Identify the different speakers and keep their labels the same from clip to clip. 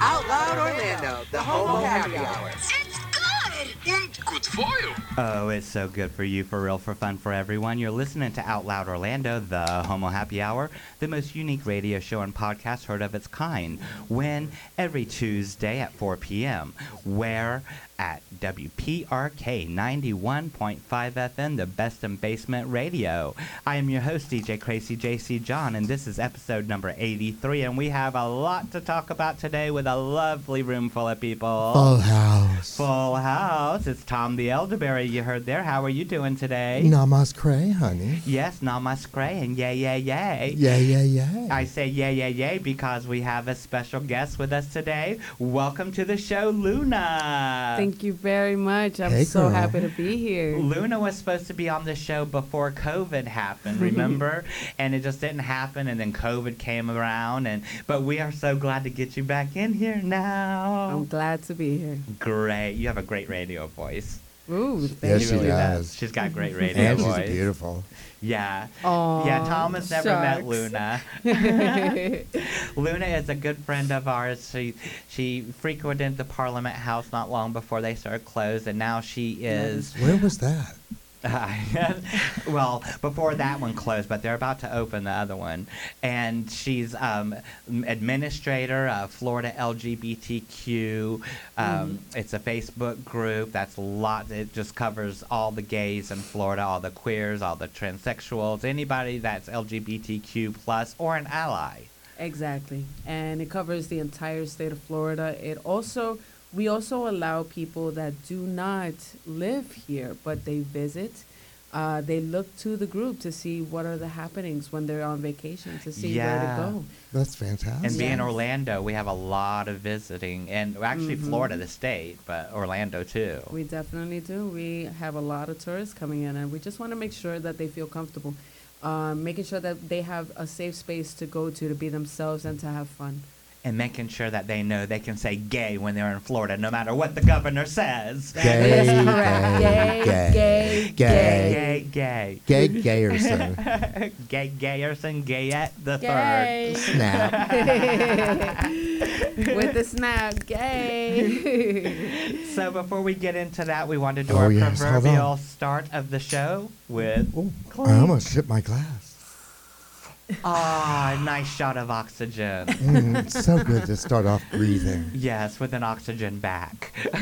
Speaker 1: Out Loud Orlando, the Homo Happy Hour.
Speaker 2: It's good! And good for you!
Speaker 3: Oh, it's so good for you, for real, for fun, for everyone. You're listening to Out Loud Orlando, the Homo Happy Hour, the most unique radio show and podcast heard of its kind. When every Tuesday at 4 p.m., where at WPRK 91.5 FM, the best in basement radio. I am your host, DJ Crazy JC John, and this is episode number 83, and we have a lot to talk about today with a lovely room full of people.
Speaker 4: Full house.
Speaker 3: Full House. It's Tom the Elderberry you heard there. How are you doing today?
Speaker 4: Namaskar, honey.
Speaker 3: Yes, namaskar and yay, yay, yay.
Speaker 4: Yeah, yeah, yeah.
Speaker 3: I say yay, yay, yay because we have a special guest with us today. Welcome to the show, Luna.
Speaker 5: Thank you very much. I'm
Speaker 4: Uh, Hey,
Speaker 5: so
Speaker 4: girl.
Speaker 5: happy to be here.
Speaker 3: Luna was supposed to be on the show before COVID happened,
Speaker 4: Mm-hmm.
Speaker 3: remember? and it just didn't happen, and then COVID came around. And but we are so glad to get you back in here now.
Speaker 4: Oh.
Speaker 5: I'm glad to be here.
Speaker 3: great, you have a great radio voice.
Speaker 5: Ooh,
Speaker 4: Yes,
Speaker 5: thank
Speaker 4: she
Speaker 3: She really
Speaker 4: does.
Speaker 3: She's got great radio
Speaker 4: and she's
Speaker 3: voice.
Speaker 4: beautiful.
Speaker 3: Yeah.
Speaker 5: Aw,
Speaker 3: yeah, Tom has never met
Speaker 5: shucks.
Speaker 3: Luna. Luna is a good friend of ours. She she frequented the Parliament House not long before they started closed, and now she is.
Speaker 4: Where was that?
Speaker 3: well, before that one closed, but they're about to open the other one. And she's um, m- administrator of Florida LGBTQ. Um, It's a Facebook group that's a lot. It just covers all the gays in Florida, all the queers, all the transsexuals, anybody that's LGBTQ plus or an ally.
Speaker 5: Exactly. And it covers the entire state of Florida. It also we also allow people that do not live here but they visit. Uh, they look to the group to see what are the happenings when they're on vacation to see
Speaker 3: Yeah.
Speaker 5: where to go.
Speaker 4: That's
Speaker 3: And
Speaker 4: fantastic.
Speaker 3: being
Speaker 5: Yes.
Speaker 3: Orlando, we have a lot of visiting, and well, actually
Speaker 5: Mhm.
Speaker 3: Florida, the state, but Orlando too.
Speaker 5: We definitely do. We have a lot of tourists coming in, and we just want to make sure that they feel comfortable, um, making sure that they have a safe space to go to to be themselves and to have fun.
Speaker 3: and making sure that they know they can say gay when they're in Florida, no matter what the governor says.
Speaker 4: Gay,
Speaker 5: Gay,
Speaker 4: gay,
Speaker 5: gay,
Speaker 4: gay,
Speaker 3: Gay, gay,
Speaker 4: gay, gay, or something.
Speaker 3: gay, gayerson, gayette the
Speaker 5: Gay.
Speaker 4: Snap.
Speaker 5: With the snap, gay.
Speaker 3: third. So before we get into that, we want to do
Speaker 4: Oh,
Speaker 3: our
Speaker 4: yes, hold on.
Speaker 3: proverbial start of the show with
Speaker 4: Ooh,
Speaker 3: clink.
Speaker 4: I almost shit my glass.
Speaker 3: ah, nice shot of oxygen.
Speaker 4: Mm, it's so good to start off breathing.
Speaker 3: Yes, with an oxygen back.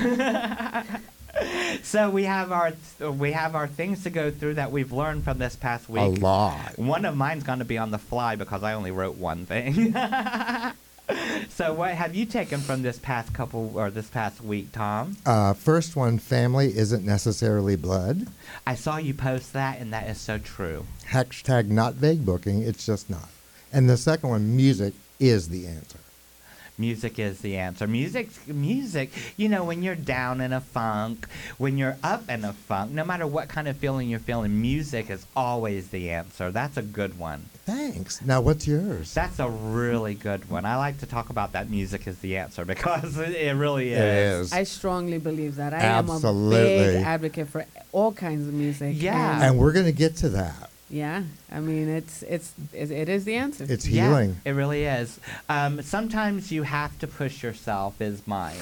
Speaker 3: so we have our we have our things to go through that we've learned from this past week.
Speaker 4: A lot.
Speaker 3: One of mine's going to be on the fly because I only wrote one thing. so what have you taken from this past couple or this past week, Tom?
Speaker 4: Uh, first one family isn't necessarily blood.
Speaker 3: I saw you post that and that is so true.
Speaker 4: Hashtag not vague booking, it's just not. And the second one music is the answer.
Speaker 3: Music is the answer. Music, music. You know, when you're down in a funk, when you're up in a funk, no matter what kind of feeling you're feeling, music is always the answer. That's a good one.
Speaker 4: Thanks. Now, what's yours?
Speaker 3: That's a really good one. I like to talk about that. Music is the answer because it, it really
Speaker 4: It is.
Speaker 5: I strongly believe that. I am a
Speaker 4: Absolutely.
Speaker 5: big advocate for all kinds of music.
Speaker 3: Yeah.
Speaker 5: and-
Speaker 4: And we're going to get to that.
Speaker 5: yeah. I mean, it's it's it, it is the answer.
Speaker 4: It's
Speaker 3: Yeah,
Speaker 4: healing.
Speaker 3: it really is. Um, sometimes you have to push yourself. Is mine.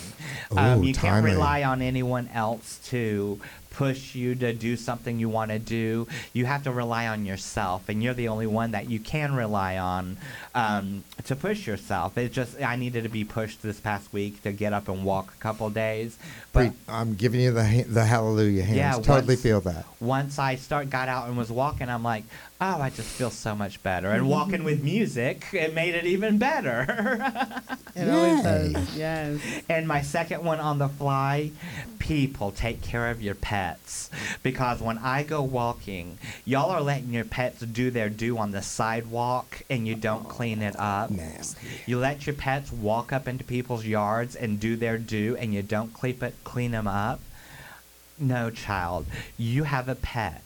Speaker 4: Ooh,
Speaker 3: um, you can't
Speaker 4: timely.
Speaker 3: rely on anyone else to push you to do something you want to do. You have to rely on yourself, and you're the only one that you can rely on um, to push yourself. It just I needed to be pushed this past week to get up and walk a couple days, but.
Speaker 4: Pre- I'm giving you the ha- the hallelujah hands.
Speaker 3: Yeah,
Speaker 4: totally
Speaker 3: once-
Speaker 4: feel that.
Speaker 3: Once I start got out and was walking, I'm like, oh, I just feel so much better. And
Speaker 4: Mm-hmm.
Speaker 3: walking with music, it made it even better.
Speaker 5: it always
Speaker 4: Yay.
Speaker 5: does. Yes.
Speaker 3: And my second one on the fly, people take care of your pets. Because when I go walking, y'all are letting your pets do their due on the sidewalk and you don't clean it up.
Speaker 4: Nasty.
Speaker 3: You let your pets walk up into people's yards and do their due and you don't cleep it, clean them up. No, child, you have a pet.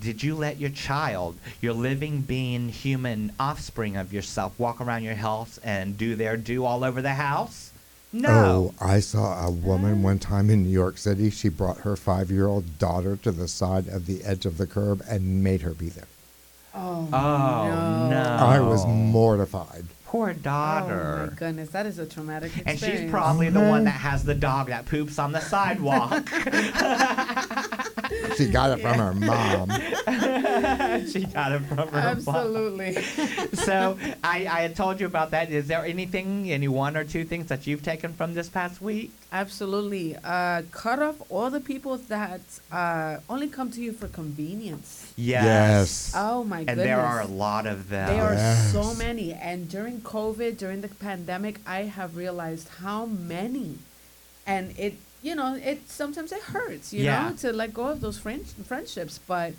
Speaker 3: Did you let your child, your living being, human offspring of yourself, walk around your house and do their do all over the house? No.
Speaker 4: Oh, I saw a woman one time in New York City. She brought her five year old daughter to the side of the edge of the curb and made her be there.
Speaker 5: Oh,
Speaker 3: no.
Speaker 4: I was
Speaker 3: Oh.
Speaker 4: mortified.
Speaker 3: Poor
Speaker 5: Oh
Speaker 3: daughter.
Speaker 5: my goodness, that is a traumatic
Speaker 3: and
Speaker 5: experience.
Speaker 3: she's probably the
Speaker 4: Mm-hmm.
Speaker 3: one that has the dog that poops on the sidewalk.
Speaker 4: She got it from her mom.
Speaker 3: she got it from her mom.
Speaker 5: absolutely.
Speaker 3: So I, I had told you about that. Is there anything, any one or two things that you've taken from this past week?
Speaker 5: Absolutely. Uh, cut off all the people that uh, only come to you for convenience.
Speaker 4: Yes.
Speaker 5: Oh my
Speaker 3: and
Speaker 5: goodness.
Speaker 3: there are a lot of them.
Speaker 5: There are so
Speaker 4: Yes.
Speaker 5: many. And during COVID, during the pandemic, I have realized how many. And it, you know, it sometimes it hurts, you
Speaker 3: Yeah.
Speaker 5: know, to let go of those friends friendships, but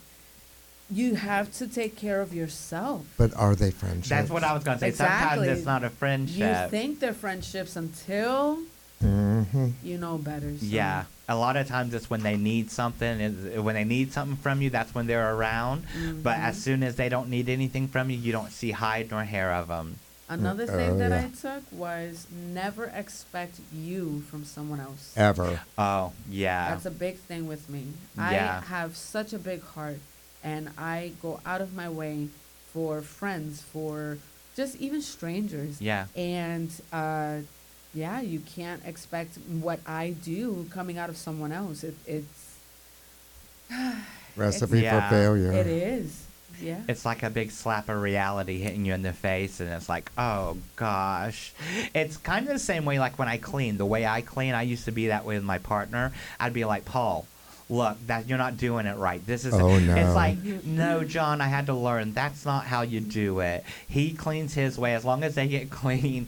Speaker 5: you have to take care of yourself.
Speaker 4: But are they friendships?
Speaker 3: That's what I was going to say.
Speaker 5: Exactly.
Speaker 3: Sometimes it's not a friendship.
Speaker 5: You think they're friendships until
Speaker 4: Mm-hmm.
Speaker 5: you know better. so-
Speaker 3: Yeah. A lot of times it's when they need something. is- When they need something from you, that's when they're around.
Speaker 5: Mm-hmm.
Speaker 3: But as soon as they don't need anything from you, you don't see hide nor hair of them.
Speaker 5: Another
Speaker 4: Mm,
Speaker 5: thing
Speaker 4: oh,
Speaker 5: that
Speaker 4: yeah.
Speaker 5: I took was never expect you from someone else.
Speaker 4: Ever.
Speaker 3: Oh, yeah.
Speaker 5: That's a big thing with me.
Speaker 3: Yeah.
Speaker 5: I have such a big heart and I go out of my way for friends, for just even strangers.
Speaker 3: yeah.
Speaker 5: And uh, yeah, you can't expect what I do coming out of someone else. It, it's,
Speaker 4: Recipe
Speaker 3: Yeah.
Speaker 4: for failure.
Speaker 5: it is. Yeah.
Speaker 3: It's like a big slap of reality hitting you in the face, and it's like, oh gosh. It's kind of the same way, like when I clean. The way I clean, I used to be that way with my partner. I'd be like, Paul, look, that you're not doing it right. This is.
Speaker 4: Oh,
Speaker 3: It's
Speaker 4: no.
Speaker 3: like, no, John, I had to learn. That's not how you do it. He cleans his way. As long as they get clean,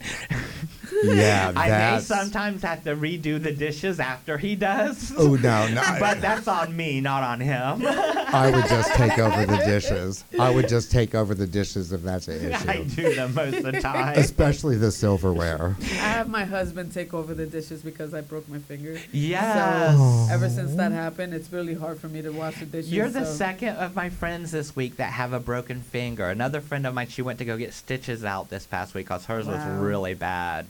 Speaker 4: Yeah,
Speaker 3: I may
Speaker 4: that's.
Speaker 3: sometimes have to redo the dishes after he does.
Speaker 4: Oh no, no!
Speaker 3: But that's on me, not on him.
Speaker 4: I would just take over the dishes. I would just take over the dishes if that's an
Speaker 3: I
Speaker 4: issue,
Speaker 3: do them most of the time.
Speaker 4: especially the silverware.
Speaker 5: I have my husband take over the dishes because I broke my finger.
Speaker 3: Yes. Oh.
Speaker 5: So ever since that happened, it's really hard for me to wash the dishes.
Speaker 3: You're the
Speaker 5: so-
Speaker 3: second of my friends this week that have a broken finger. Another friend of mine, she went to go get stitches out this past week because hers
Speaker 5: Wow.
Speaker 3: was really bad.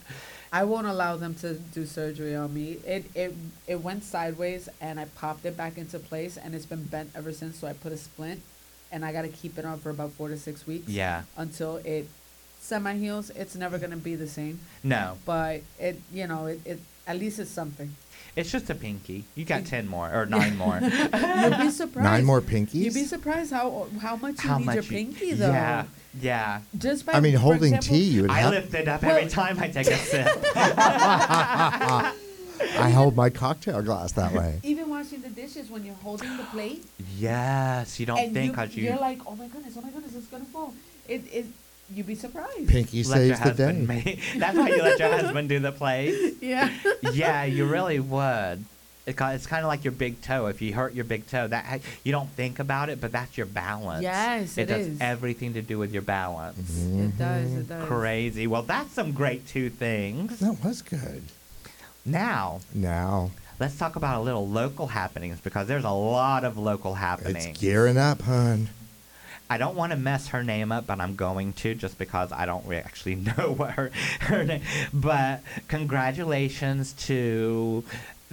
Speaker 5: I won't allow them to do surgery on me. It it it went sideways and I popped it back into place and it's been bent ever since. So I put a splint, and I got to keep it on for about four to six weeks.
Speaker 3: Yeah.
Speaker 5: Until it semi heals, it's never gonna be the same.
Speaker 3: No,
Speaker 5: But it you know it, it at least it's something.
Speaker 3: it's just a pinky. You got 10 more or nine more. How
Speaker 5: You'd be surprised.
Speaker 4: Nine more pinkies.
Speaker 5: You'd be surprised how how much you need your
Speaker 3: you-
Speaker 5: pinky though.
Speaker 3: Yeah. Yeah.
Speaker 5: Just by
Speaker 4: I mean,
Speaker 5: for
Speaker 4: holding
Speaker 5: example,
Speaker 4: tea, you would
Speaker 3: I
Speaker 4: have.
Speaker 3: lift it up
Speaker 5: Well-
Speaker 3: every time I take a sip.
Speaker 4: I hold my cocktail glass that way.
Speaker 5: Even washing the dishes when you're holding the plate.
Speaker 3: yes. You don't
Speaker 5: and
Speaker 3: think
Speaker 5: you,
Speaker 3: 'cause you,
Speaker 5: are like, oh my goodness, oh my goodness, it's gonna fall. It it you'd be surprised.
Speaker 4: Pinky
Speaker 3: let your
Speaker 4: saves the day.
Speaker 3: husband make. That's why you let your husband do the plates.
Speaker 5: Yeah.
Speaker 3: yeah, you really would. It, ki- it's kind of like your big toe. If you hurt your big toe, that ha- you don't think about it, but that's your balance.
Speaker 5: Yes,
Speaker 3: it
Speaker 5: it
Speaker 3: does
Speaker 5: is.
Speaker 3: everything to do with your balance.
Speaker 5: It does. It
Speaker 4: Mm-hmm.
Speaker 5: does.
Speaker 3: Crazy. Well, that's some great two things.
Speaker 4: That was good.
Speaker 3: Now,
Speaker 4: Now
Speaker 3: let's talk about a little local happenings because there's a lot of local
Speaker 4: it's
Speaker 3: happenings.
Speaker 4: gearing up, hun.
Speaker 3: I don't want to mess her name up, but I'm going to just because I don't re- actually know what her, her name. But congratulations to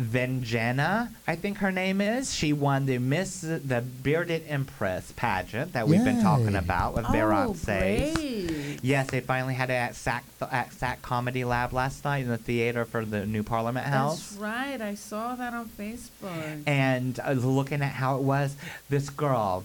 Speaker 3: Venjana, I think her name is. She won the Miss the Bearded Empress pageant that we've been talking
Speaker 4: Yay.
Speaker 3: about with
Speaker 5: Oh,
Speaker 3: Beyonce.
Speaker 5: great.
Speaker 3: Yes, they finally had it at SAC at SAC Comedy Lab last night in the theater for the new Parliament House
Speaker 5: That's right. I saw that on Facebook.
Speaker 3: and I was looking at how it was this girl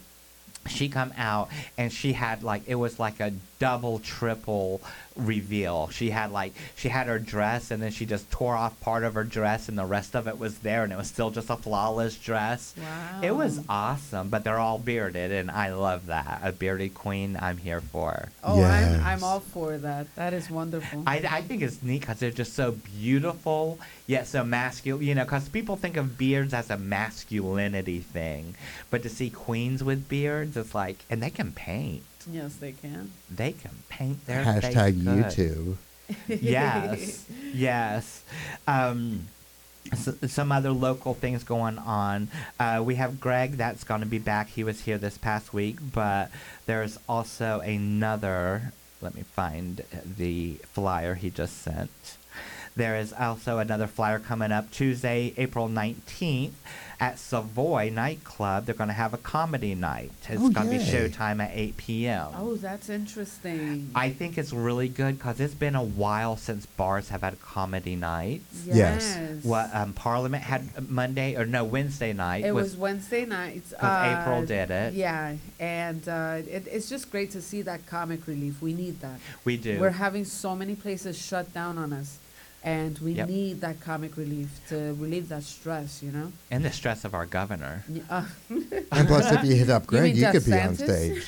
Speaker 3: she come out and she had like it was like a double triple reveal she had like she had her dress and then she just tore off part of her dress and the rest of it was there and it was still just a flawless dress
Speaker 5: wow.
Speaker 3: it was awesome but they're all bearded and i love that a bearded queen i'm here for
Speaker 5: Oh, I'm I'm
Speaker 4: Yes.
Speaker 5: all for that. That is wonderful.
Speaker 3: I, I think it's neat because they're just so beautiful yet so masculine. You know, because people think of beards as a masculinity thing, but to see queens with beards, it's like, and they can paint.
Speaker 5: yes, they can.
Speaker 3: They can paint their face
Speaker 4: Hashtag
Speaker 3: good.
Speaker 4: YouTube.
Speaker 3: Yes, yes. Um, s- some other local things going on. Uh, we have Greg that's going to be back. He was here this past week, but there's also another. Let me find the flyer he just sent. There is also another flyer coming up Tuesday, April 19th at Savoy Nightclub. They're going to have a comedy night. It's
Speaker 4: Oh,
Speaker 3: going to be
Speaker 4: yay.
Speaker 3: showtime at 8 p.m.
Speaker 5: Oh, that's interesting.
Speaker 3: I think it's really good because it's been a while since bars have had comedy nights.
Speaker 4: Yes.
Speaker 3: What um, Parliament had Monday or no Wednesday night
Speaker 5: It
Speaker 3: was,
Speaker 5: was Wednesday night.
Speaker 3: 'cause April did it.
Speaker 5: Yeah, and uh, it, it's just great to see that comic relief. We need that.
Speaker 3: we do.
Speaker 5: We're having so many places shut down on us, and we
Speaker 3: Yep.
Speaker 5: need that comic relief to relieve that stress. You know.
Speaker 3: and the stress of our governor.
Speaker 5: Y- Uh,
Speaker 4: And plus, if you hit up Greg,
Speaker 5: mean
Speaker 4: you
Speaker 5: Jeff
Speaker 4: could be on
Speaker 5: Santis?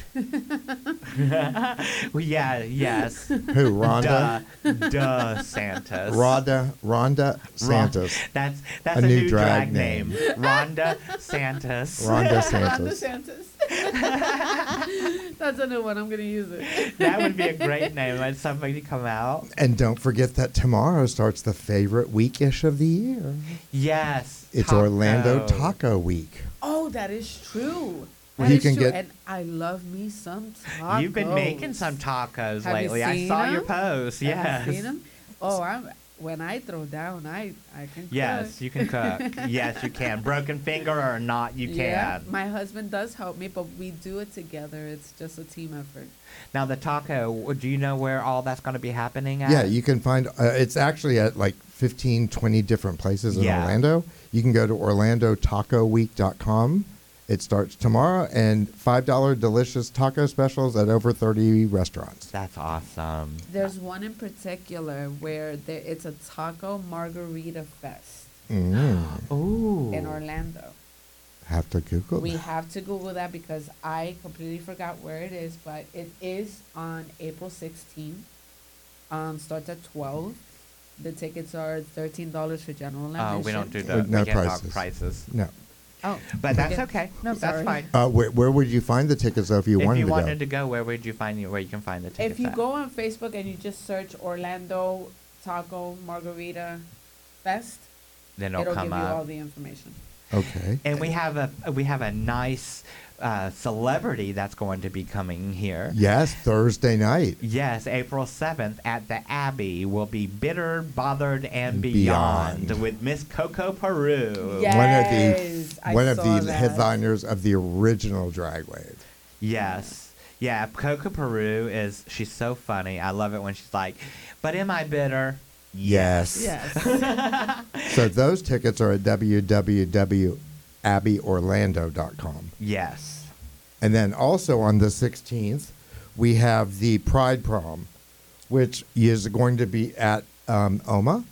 Speaker 4: stage.
Speaker 3: Well, yeah, yes.
Speaker 4: Who? Rhonda?
Speaker 3: Duh, duh, Santas.
Speaker 4: Rhonda. Rhonda
Speaker 3: Ron-
Speaker 4: Santos.
Speaker 3: That's that's a,
Speaker 4: A
Speaker 3: new, drag, name. Rhonda Santas.
Speaker 4: Rhonda
Speaker 5: Ron
Speaker 4: Santos.
Speaker 5: DeSantis. that's a new one. I'm gonna use it.
Speaker 3: That would be a great name. Let somebody come out.
Speaker 4: And don't forget that tomorrow starts the favorite weekish of the year.
Speaker 3: Yes.
Speaker 4: It's
Speaker 3: taco.
Speaker 4: Orlando Taco Week.
Speaker 5: Oh, that is true.
Speaker 4: Well,
Speaker 5: That
Speaker 4: you
Speaker 5: is
Speaker 4: can
Speaker 5: true.
Speaker 4: get-
Speaker 5: and I love me some tacos.
Speaker 3: You've been making some tacos
Speaker 5: Have you
Speaker 3: lately. I
Speaker 5: seen
Speaker 3: saw your
Speaker 5: 'em?
Speaker 3: post.
Speaker 5: Have
Speaker 3: Yes.
Speaker 5: you seen 'em? Oh, I'm when I throw down, I I can.
Speaker 3: Yes,
Speaker 5: cook.
Speaker 3: you can cook. yes, you can. Broken finger or not, you can.
Speaker 5: Yeah, my husband does help me, but we do it together. It's just a team effort.
Speaker 3: now the taco. w- Do you know where all that's going to be happening at?
Speaker 4: Yeah, you can find uh, it's actually at like 15, 20 different places in
Speaker 3: Yeah.
Speaker 4: Orlando. You can go to orlandotacoweek.com. It starts tomorrow and $5 delicious taco specials at over 30 restaurants.
Speaker 3: That's awesome.
Speaker 5: There's one in particular where there, it's a taco margarita fest
Speaker 4: Mm,
Speaker 3: Ooh.
Speaker 5: in Orlando.
Speaker 4: have to Google
Speaker 5: We
Speaker 4: that.
Speaker 5: have to Google that because I completely forgot where it is, but it is on April 16th. Um, starts at 12. The tickets are $13 for general
Speaker 3: Oh,
Speaker 5: admission.
Speaker 3: we don't do that.
Speaker 4: no
Speaker 3: we can't talk
Speaker 4: prices.
Speaker 3: prices.
Speaker 4: No.
Speaker 5: Oh,
Speaker 3: But that's
Speaker 5: Yeah.
Speaker 3: okay. No, that's
Speaker 5: Sorry.
Speaker 3: fine.
Speaker 4: Uh, where, where would you find the tickets though if you
Speaker 3: if
Speaker 4: wanted
Speaker 3: you
Speaker 4: to go?
Speaker 3: wanted to go, where would you find where you can find the tickets?
Speaker 5: If you
Speaker 3: at?
Speaker 5: go on Facebook and you just search Orlando Taco Margarita Fest,
Speaker 3: then
Speaker 5: it'll,
Speaker 3: it'll,
Speaker 5: give
Speaker 3: come
Speaker 5: you all
Speaker 3: up.
Speaker 5: the information.
Speaker 4: okay.
Speaker 3: And we have a we have a nice uh, celebrity that's going to be coming here.
Speaker 4: Yes, Thursday night.
Speaker 3: Yes, April 7th at the Abbey will be Bitter, Bothered, and Beyond,
Speaker 4: Beyond.
Speaker 3: with Miss Coco Peru.
Speaker 5: Yeah. Yes, I
Speaker 4: one of the one of
Speaker 5: saw
Speaker 4: the
Speaker 5: that.
Speaker 4: headliners of the original Drag Wave.
Speaker 3: Yes. Yeah, Coco Peru is, she's so funny. I love it when she's like, but am I bitter?
Speaker 4: Yes.
Speaker 5: Yes.
Speaker 4: So those tickets are at www.abbyorlando.com.
Speaker 3: Yes.
Speaker 4: And then also on the 16th, we have the Pride Prom, which is going to be at um, OMA.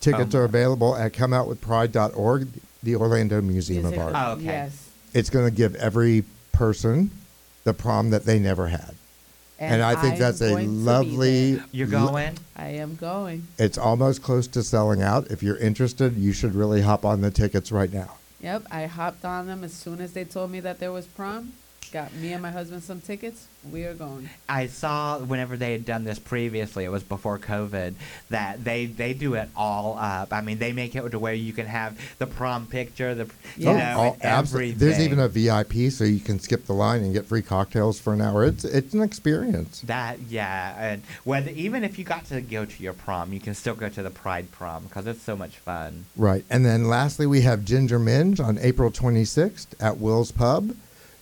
Speaker 4: Tickets are available at comeoutwithpride.org, the Orlando Museum of Art.
Speaker 3: Oh. okay.
Speaker 5: Yes.
Speaker 4: It's going to give every person the prom that they never had. And, I think
Speaker 5: I'm
Speaker 4: that's a
Speaker 5: going to be
Speaker 4: lovely.
Speaker 5: there.
Speaker 3: You're
Speaker 4: lo-
Speaker 3: going?
Speaker 5: I am going.
Speaker 4: It's almost close to selling out. If you're interested, you should really hop on the tickets right now.
Speaker 5: Yep, I hopped on them as soon as they told me that there was prom. Got me and my husband some tickets. We are going.
Speaker 3: I saw whenever they had done this previously, it was before COVID, that they, they do it all up. I mean, they make it to where you can have the prom picture, the you
Speaker 5: Yeah.
Speaker 3: know,
Speaker 5: Oh,
Speaker 3: and
Speaker 4: abso-
Speaker 3: everything.
Speaker 4: There's even a VIP, so you can skip the line and get free cocktails for an hour. It's it's an experience.
Speaker 3: That yeah, and whether even if you got to go to your prom, you can still go to the Pride prom because it's so much fun.
Speaker 4: Right. And then lastly, we have Ginger Minge on April 26th at Will's Pub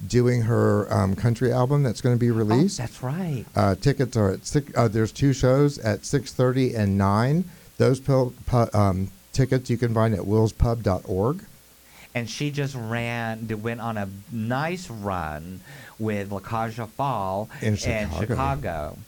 Speaker 4: doing her um, country album that's going to be released.
Speaker 3: that's right.
Speaker 4: Uh, tickets are at six. Uh, there's two shows at six thirty and nine. Those pil- pu- um, tickets you can find at willspub.org.
Speaker 3: And she just ran, d- went on a nice run with Lakaja Fall
Speaker 4: In Chicago.
Speaker 3: Chicago.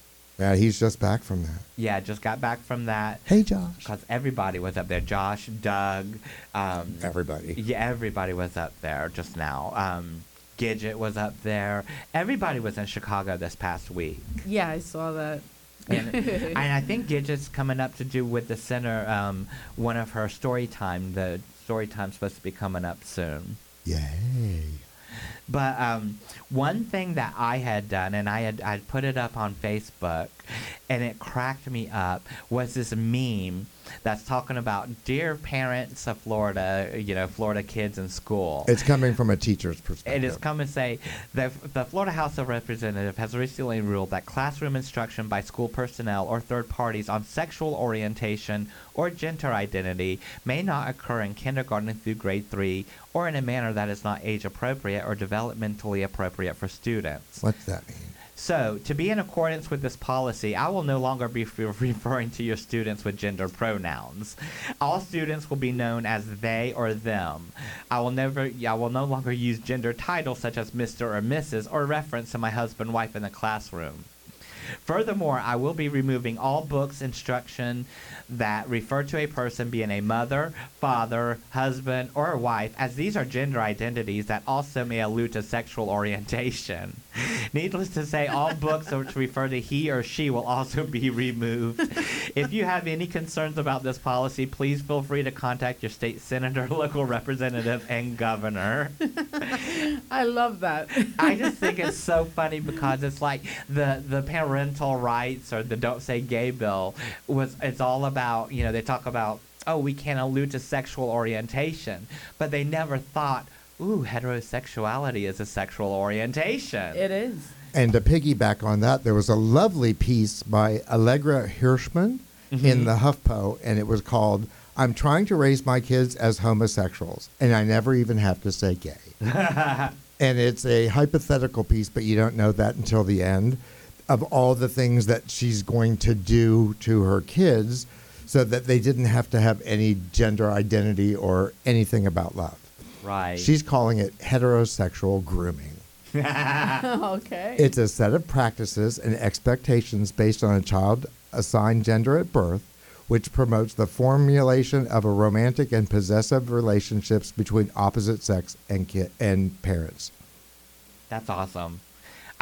Speaker 4: Yeah, he's just back from that.
Speaker 3: Yeah, just got back from that
Speaker 4: Hey, Josh.
Speaker 3: because everybody was up there. Josh, Doug, um,
Speaker 4: Everybody.
Speaker 3: yeah, everybody was up there just now. Um, Gidget was up there. Everybody was in Chicago this past week.
Speaker 5: Yeah, I saw that.
Speaker 3: and, and I think Gidget's coming up to do with the center um, one of her story time. The story time's supposed to be coming up soon.
Speaker 4: Yay.
Speaker 3: But um, one thing that I had done, and I had I put it up on Facebook, and it cracked me up, was this meme that's talking about dear parents of Florida, you know, Florida kids in school.
Speaker 4: It's coming from a teacher's perspective.
Speaker 3: It is come and say the, the Florida House of Representatives has recently ruled that classroom instruction by school personnel or third parties on sexual orientation or gender identity may not occur in kindergarten through grade three or in a manner that is not age appropriate or developmentally appropriate for students.
Speaker 4: What's that mean?
Speaker 3: So, to be in accordance with this policy, I will no longer be f- referring to your students with gender pronouns. All students will be known as they or them. I will never, I will no longer use gender titles such as Mr. or Mrs. or reference to my husband, wife in the classroom. Furthermore, I will be removing all books instruction that refer to a person being a mother, father, husband, or wife, as these are gender identities that also may allude to sexual orientation. Needless to say, all books which refer to he or she will also be removed. If you have any concerns about this policy, please feel free to contact your state senator, local representative, and governor.
Speaker 5: I love that.
Speaker 3: I just think it's so funny because it's like the the parental rights or the don't say gay bill was it's all about you know they talk about oh we can't allude to sexual orientation but they never thought ooh heterosexuality is a sexual orientation
Speaker 5: It is.
Speaker 4: And to piggyback on that, there was a lovely piece by Allegra Hirschman in the HuffPo, and it was called "I'm Trying to Raise My Kids as Homosexuals, and I Never Even Have to Say Gay." and it's a hypothetical piece, but you don't know that until the end of all the things that she's going to do to her kids, so that they didn't have to have any gender identity or anything about love.
Speaker 3: right
Speaker 4: She's calling it heterosexual grooming.
Speaker 5: okay.
Speaker 4: It's a set of practices and expectations based on a child assigned gender at birth, which promotes the formulation of a romantic and possessive relationships between opposite sex and ki- and parents.
Speaker 3: that's awesome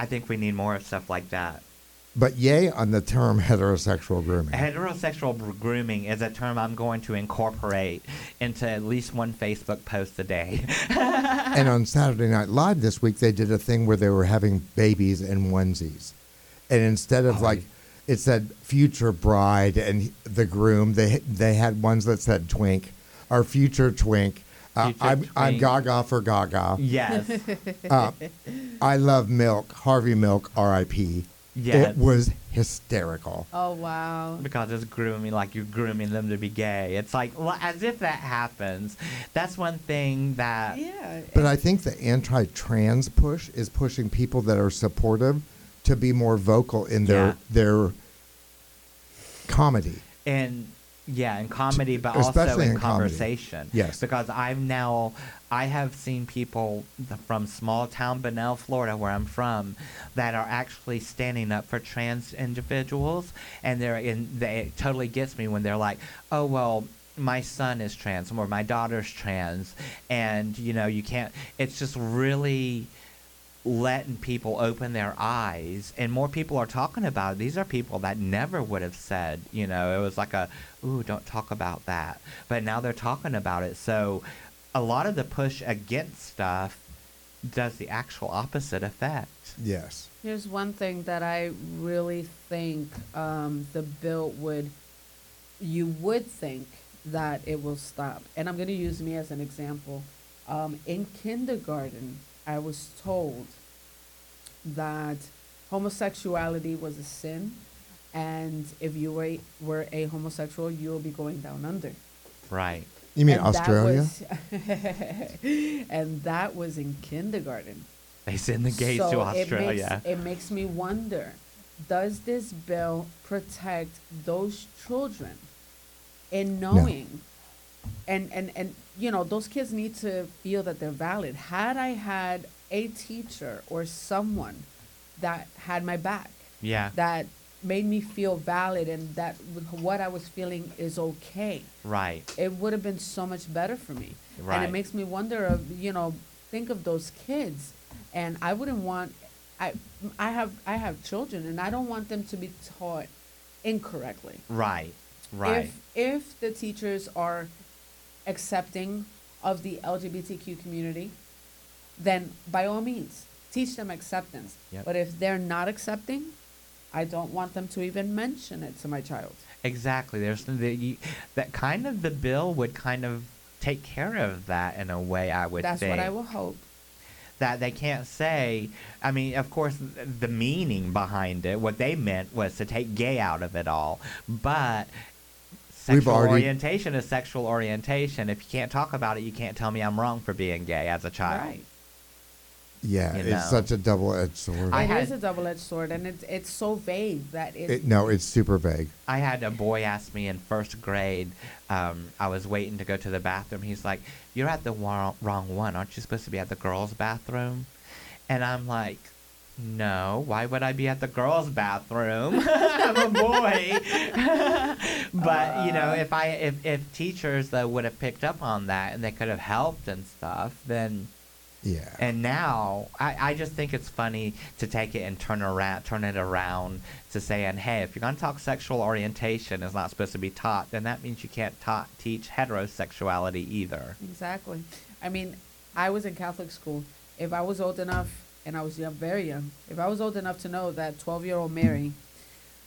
Speaker 3: I think we need more of stuff like that
Speaker 4: But yay on the term heterosexual grooming.
Speaker 3: Heterosexual br- grooming is a term I'm going to incorporate into at least one Facebook post a day.
Speaker 4: and on Saturday Night Live this week, they did a thing where they were having babies in onesies, and instead of like, it said future bride and the groom. They they had ones that said twink, or future twink. Uh,
Speaker 3: Future
Speaker 4: I'm, I'm
Speaker 3: twink.
Speaker 4: Gaga for Gaga.
Speaker 3: yes.
Speaker 4: I love Milk. Harvey Milk, R.I.P.
Speaker 3: Yes.
Speaker 4: It was hysterical.
Speaker 5: oh wow.
Speaker 3: because it's grooming like you're grooming them to be gay it's like well, as if that happens that's one thing that
Speaker 5: Yeah.
Speaker 4: But I think the anti-trans push is pushing people that are supportive to be more vocal in their
Speaker 3: Yeah.
Speaker 4: their comedy.
Speaker 3: in yeah in comedy but also
Speaker 4: Especially
Speaker 3: in,
Speaker 4: in comedy.
Speaker 3: conversation
Speaker 4: Yes.
Speaker 3: because i'm now i have seen people th- from small town Bunnell, florida where i'm from that are actually standing up for trans individuals and they're in they it totally gets me when they're like oh well my son is trans or my daughter's trans and you know you can't it's just really letting people open their eyes and more people are talking about it. These are people that never would have said, you know, it was like a, ooh, don't talk about that. But now they're talking about it. So a lot of the push against stuff does the actual opposite effect.
Speaker 4: Yes.
Speaker 5: Here's one thing that I really think um, the bill would, you would think that it will stop. And I'm going to use me as an example. Um, in kindergarten, I was told that homosexuality was a sin, and if you were, were a homosexual, you'll be going down under.
Speaker 3: Right.
Speaker 4: You mean
Speaker 5: And that
Speaker 4: Australia?
Speaker 5: was- and that was in kindergarten
Speaker 3: They send the gays to Australia.
Speaker 5: it makes, it makes me wonder does this bill protect those children in knowing and, and and you know those kids need to feel that they're valid had i had a teacher or someone that had my back
Speaker 3: yeah.
Speaker 5: that made me feel valid and that what i was feeling is okay
Speaker 3: right.
Speaker 5: it would have been so much better for me. And
Speaker 3: Right.
Speaker 5: it makes me wonder of you know think of those kids, and I wouldn't want I I have I have children, and I don't want them to be taught incorrectly.
Speaker 3: Right. Right.
Speaker 5: If if the teachers are accepting of the LGBTQ community, then by all means teach them acceptance.
Speaker 3: Yep.
Speaker 5: But if they're not accepting, I don't want them to even mention it to my child.
Speaker 3: Exactly. There's the, you- that kind of the bill would kind of take care of that in a way. I would.
Speaker 5: That's what I
Speaker 3: think.
Speaker 5: will hope.
Speaker 3: That they can't say. I mean, of course, th- the meaning behind it, what they meant was to take gay out of it all, but.
Speaker 4: We've
Speaker 3: Sexual
Speaker 4: already-
Speaker 3: orientation is sexual orientation. If you can't talk about it, you can't tell me I'm wrong for being gay as a child.
Speaker 5: Right.
Speaker 4: Yeah,
Speaker 3: You
Speaker 4: it's
Speaker 3: know.
Speaker 4: such a double-edged sword.
Speaker 3: I
Speaker 5: It
Speaker 3: had-
Speaker 5: is a double-edged sword, and it's it's so vague that it,
Speaker 4: It- no, it's super vague.
Speaker 3: I had a boy ask me in first grade. Um, I was waiting to go to the bathroom. He's like, "You're at the wrong, wrong one. Aren't you supposed to be at the girls' bathroom?" And I'm like, "No. Why would I be at the girls' bathroom? I'm a boy." but you know, if I if if teachers though would have picked up on that and they could have helped and stuff, then
Speaker 4: Yeah.
Speaker 3: and now I, I just think it's funny to take it and turn around turn it around to saying hey if you're going to talk sexual orientation is not supposed to be taught then that means you can't taught, teach heterosexuality either
Speaker 5: Exactly. I mean, I was in Catholic school. If I was old enough, and I was young, very young, if I was old enough to know that 12 year old Mary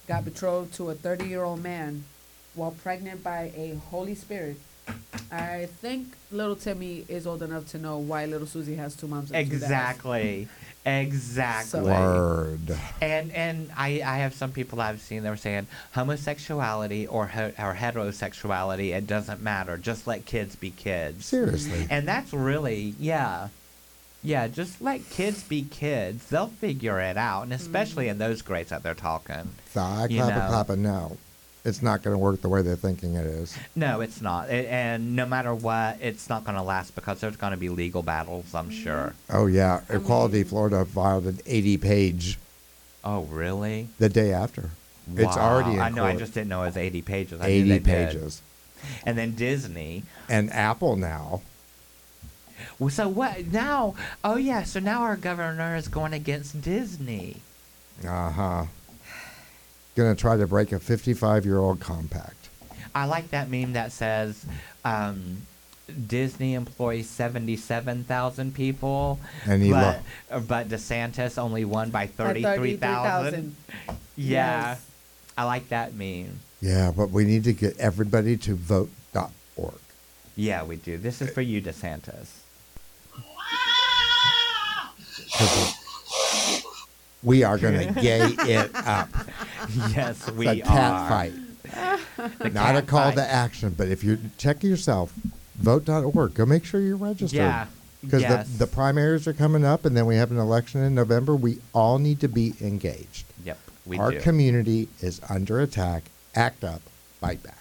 Speaker 5: got betrothed to a 30 year old man while pregnant by a Holy Spirit, I think little Timmy is old enough to know why little Susie has two moms. And two dads.
Speaker 3: exactly exactly
Speaker 4: Word.
Speaker 3: and and I, I have some people I've seen that were saying homosexuality or he- or heterosexuality it doesn't matter just let kids be kids
Speaker 4: Seriously.
Speaker 3: And that's really, yeah. Yeah, just let kids be kids. They'll figure it out. And especially in those grades that they're talking.
Speaker 4: Thigh
Speaker 3: you
Speaker 4: clapper
Speaker 3: know.
Speaker 4: clapper. No, it's not going to work the way they're thinking it is.
Speaker 3: No, it's not. It, and no matter what, it's not going to last because there's going to be legal battles, I'm sure.
Speaker 4: Oh yeah, Equality Florida filed an 80-page
Speaker 3: Oh, really?
Speaker 4: the day after. It's already in
Speaker 3: I know, I
Speaker 4: court.
Speaker 3: just didn't know it was 80 pages. I knew
Speaker 4: 80
Speaker 3: they did.
Speaker 4: pages.
Speaker 3: And then Disney.
Speaker 4: And Apple now.
Speaker 3: Well, so what now? Oh, yeah, so now our governor is going against Disney.
Speaker 4: Uh huh. Going to try to break a 55 year old compact.
Speaker 3: I like that meme that says um, Disney employs 77,000 people,
Speaker 4: And he
Speaker 3: but, but DeSantis only won by
Speaker 5: By
Speaker 3: 33,000.
Speaker 5: 33,000.
Speaker 3: Yeah.
Speaker 5: Yes.
Speaker 3: I like that meme.
Speaker 4: Yeah, but we need to get everybody to vote.org.
Speaker 3: Yeah, we do. This is for you, DeSantis.
Speaker 2: Ah!
Speaker 4: We are going to gay it up.
Speaker 3: yes, we
Speaker 4: the
Speaker 3: are.
Speaker 4: cat fight.
Speaker 3: The
Speaker 4: Not a
Speaker 3: cat
Speaker 4: call
Speaker 3: fight.
Speaker 4: to action, but if you check yourself, vote.org. Go make sure you're registered.
Speaker 3: Yeah.
Speaker 4: Because
Speaker 3: yes.
Speaker 4: the, the primaries are coming up, and then we have an election in November. We all need to be engaged.
Speaker 3: Yep, we
Speaker 4: Our
Speaker 3: do.
Speaker 4: community is under attack. Act up, fight back.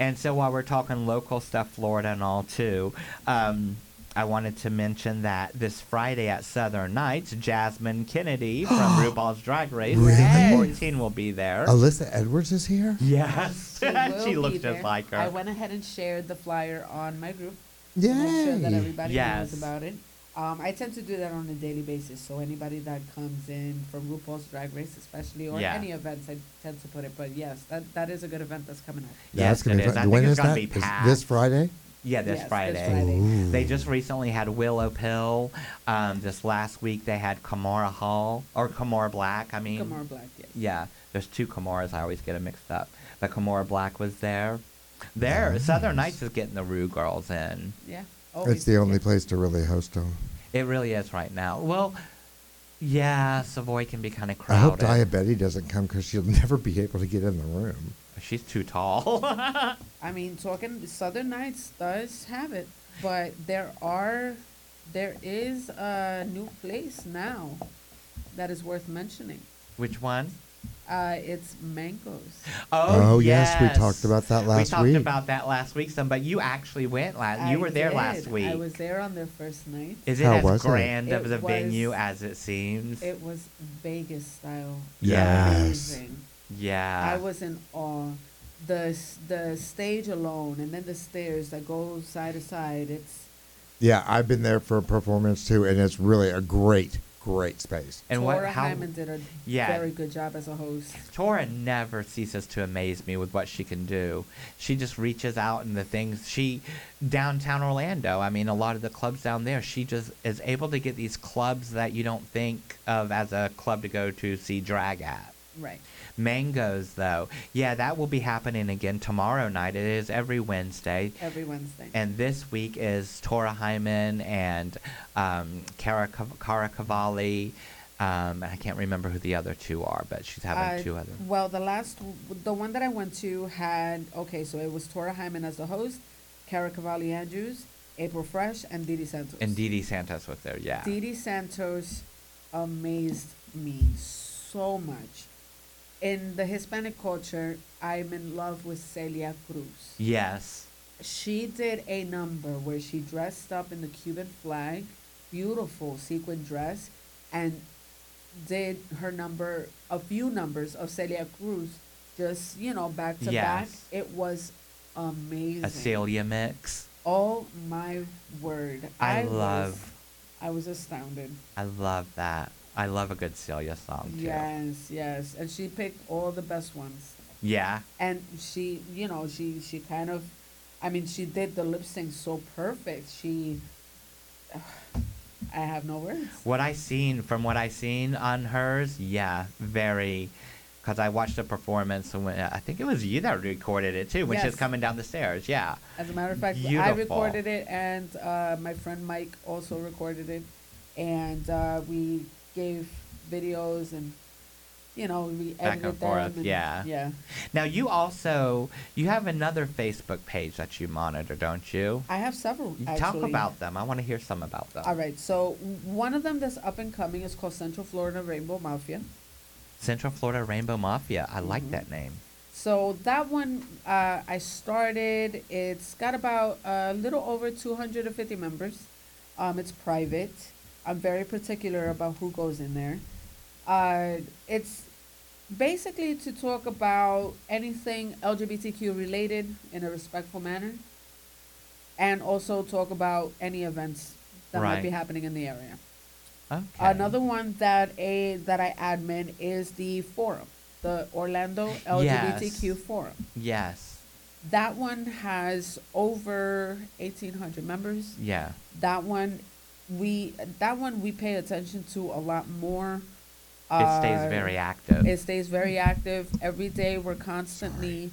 Speaker 3: And so while we're talking local stuff, Florida and all too, um, I wanted to mention that this Friday at Southern Nights, Jasmine Kennedy from RuPaul's Drag Race,
Speaker 4: Really?
Speaker 3: season 14 will be there.
Speaker 4: Alyssa Edwards is here?
Speaker 3: Yes,
Speaker 5: will
Speaker 3: she
Speaker 5: be
Speaker 3: looks
Speaker 5: there.
Speaker 3: just like her.
Speaker 5: I went ahead and shared the flyer on my group. to make sure that
Speaker 4: Yay!
Speaker 5: everybody
Speaker 3: Yes.
Speaker 5: knows about it. Um, I tend to do that on a daily basis. So anybody that comes in from RuPaul's Drag Race, especially or
Speaker 3: Yeah.
Speaker 5: any events, I tend to put it. But yes, that, that is a good event that's coming up.
Speaker 3: yes,
Speaker 4: That's gonna
Speaker 3: it
Speaker 4: be
Speaker 3: is. I
Speaker 4: fun.
Speaker 3: think
Speaker 4: When
Speaker 3: it's
Speaker 4: is
Speaker 3: gonna
Speaker 4: that?
Speaker 3: be
Speaker 4: Is
Speaker 3: packed.
Speaker 4: this Friday?
Speaker 3: yeah, this
Speaker 5: Yes, this
Speaker 3: Friday.
Speaker 5: Friday. Ooh.
Speaker 3: They just recently had Willow Pill. Um, this last week they had Kamara Hall or Kamara Black. I mean,
Speaker 5: Kamar Black, yes.
Speaker 3: Yeah, there's two Kimaras. I always get them mixed up. But Kimora Black was there. There, Southern Nights is getting the Rue girls in.
Speaker 5: Yeah.
Speaker 4: It's
Speaker 5: always,
Speaker 4: the only
Speaker 5: yeah.
Speaker 4: place to really host them.
Speaker 3: It really is right now. Well, yeah, Savoy can be kind of
Speaker 4: I hope
Speaker 3: crowded.
Speaker 4: Diabetti doesn't come because she'll never be able to get in the room.
Speaker 3: She's too tall.
Speaker 5: I mean, talking Southern Nights does have it, but there are there is a new place now that is worth mentioning.
Speaker 3: Which one?
Speaker 5: Uh, it's Mangoes.
Speaker 3: Oh,
Speaker 4: Oh, yes, we talked about that last
Speaker 3: We
Speaker 4: week.
Speaker 3: talked about that last week, some, but you actually went last. You
Speaker 5: I
Speaker 3: were there
Speaker 5: did.
Speaker 3: last week.
Speaker 5: I was there on their first night.
Speaker 3: Is it
Speaker 4: How
Speaker 3: as
Speaker 4: was it?
Speaker 3: grand of
Speaker 5: It
Speaker 3: the venue
Speaker 5: was-
Speaker 3: as it seems?
Speaker 5: It was Vegas style.
Speaker 3: Yes. Ah.
Speaker 5: Amazing.
Speaker 3: yeah.
Speaker 5: I was in awe. The s- the stage alone, and then the stairs that go side to side. It's
Speaker 4: Yeah, I've been there for a performance too, and it's really a great, great space.
Speaker 3: and
Speaker 5: Tora
Speaker 3: what? How?
Speaker 5: Hyman did a
Speaker 3: Yeah.
Speaker 5: very good job as a host.
Speaker 3: Tora never ceases to amaze me with what she can do. She just reaches out and the things she downtown Orlando. I mean, a lot of the clubs down there. She just is able to get these clubs that you don't think of as a club to go to see drag at.
Speaker 5: Right.
Speaker 3: Mangoes, though, yeah, that will be happening again tomorrow night. It is every Wednesday.
Speaker 5: Every Wednesday.
Speaker 3: And this week is Tora Hyman and um, Cara, Cav- Cara Cavalli. Um, and I can't remember who the other two are, but she's having
Speaker 5: Uh,
Speaker 3: two other.
Speaker 5: Well, the last, the one that I went to had, okay, so it was Tora Hyman as the host, Cara Cavalli Andrews, April Fresh, and Didi Santos.
Speaker 3: And Dee Dee Santos was there, yeah.
Speaker 5: Didi Santos amazed me so much. In the Hispanic culture, I'm in love with Celia Cruz.
Speaker 3: Yes.
Speaker 5: She did a number where she dressed up in the Cuban flag, beautiful sequin dress, and did her number, a few numbers of Celia Cruz, just, you know, back to back.
Speaker 3: Yes.
Speaker 5: It was amazing.
Speaker 3: A Celia mix.
Speaker 5: Oh my word.
Speaker 3: I,
Speaker 5: was-
Speaker 3: love,
Speaker 5: I was astounded.
Speaker 3: I love that. I love a good Celia song too.
Speaker 5: Yes, yes. And she picked all the best ones.
Speaker 3: Yeah.
Speaker 5: And she, you know, she she kind of I mean, she did the lip sync so perfect. She I have no words.
Speaker 3: What I seen from what I seen on hers, yeah, very. Because I watched the performance when uh, I think it was you that recorded it too when she was
Speaker 5: Yes.
Speaker 3: coming down the stairs. Yeah.
Speaker 5: As a matter of fact, I
Speaker 3: Beautiful.
Speaker 5: recorded it and uh, my friend Mike also recorded it and uh, we gave videos and you know, we
Speaker 3: Back
Speaker 5: edited
Speaker 3: and forth,
Speaker 5: them and
Speaker 3: yeah.
Speaker 5: Yeah.
Speaker 3: Now you also you have another Facebook page that you monitor, don't you?
Speaker 5: I have several
Speaker 3: You
Speaker 5: actually.
Speaker 3: Talk about uh, them. I want to hear some about them.
Speaker 5: All right. So w- one of them that's up and coming is called Central Florida Rainbow Mafia.
Speaker 3: Central Florida Rainbow Mafia. I like
Speaker 5: Mm-hmm.
Speaker 3: that name.
Speaker 5: So that one uh, I started. It's got about a little over 250 members. Um, it's private. I'm very particular about who goes in there. Uh, it's basically to talk about anything LGBTQ related in a respectful manner, and also talk about any events that might be
Speaker 3: Right.
Speaker 5: happening in the area.
Speaker 3: Okay.
Speaker 5: Another one that a that I admin is the forum, the Orlando LGBTQ
Speaker 3: Yes.
Speaker 5: forum.
Speaker 3: Yes.
Speaker 5: That one has over eighteen hundred members.
Speaker 3: Yeah.
Speaker 5: That one, we that one we pay attention to a lot more.
Speaker 3: It stays
Speaker 5: Uh,
Speaker 3: very active.
Speaker 5: It stays very active every day. We're constantly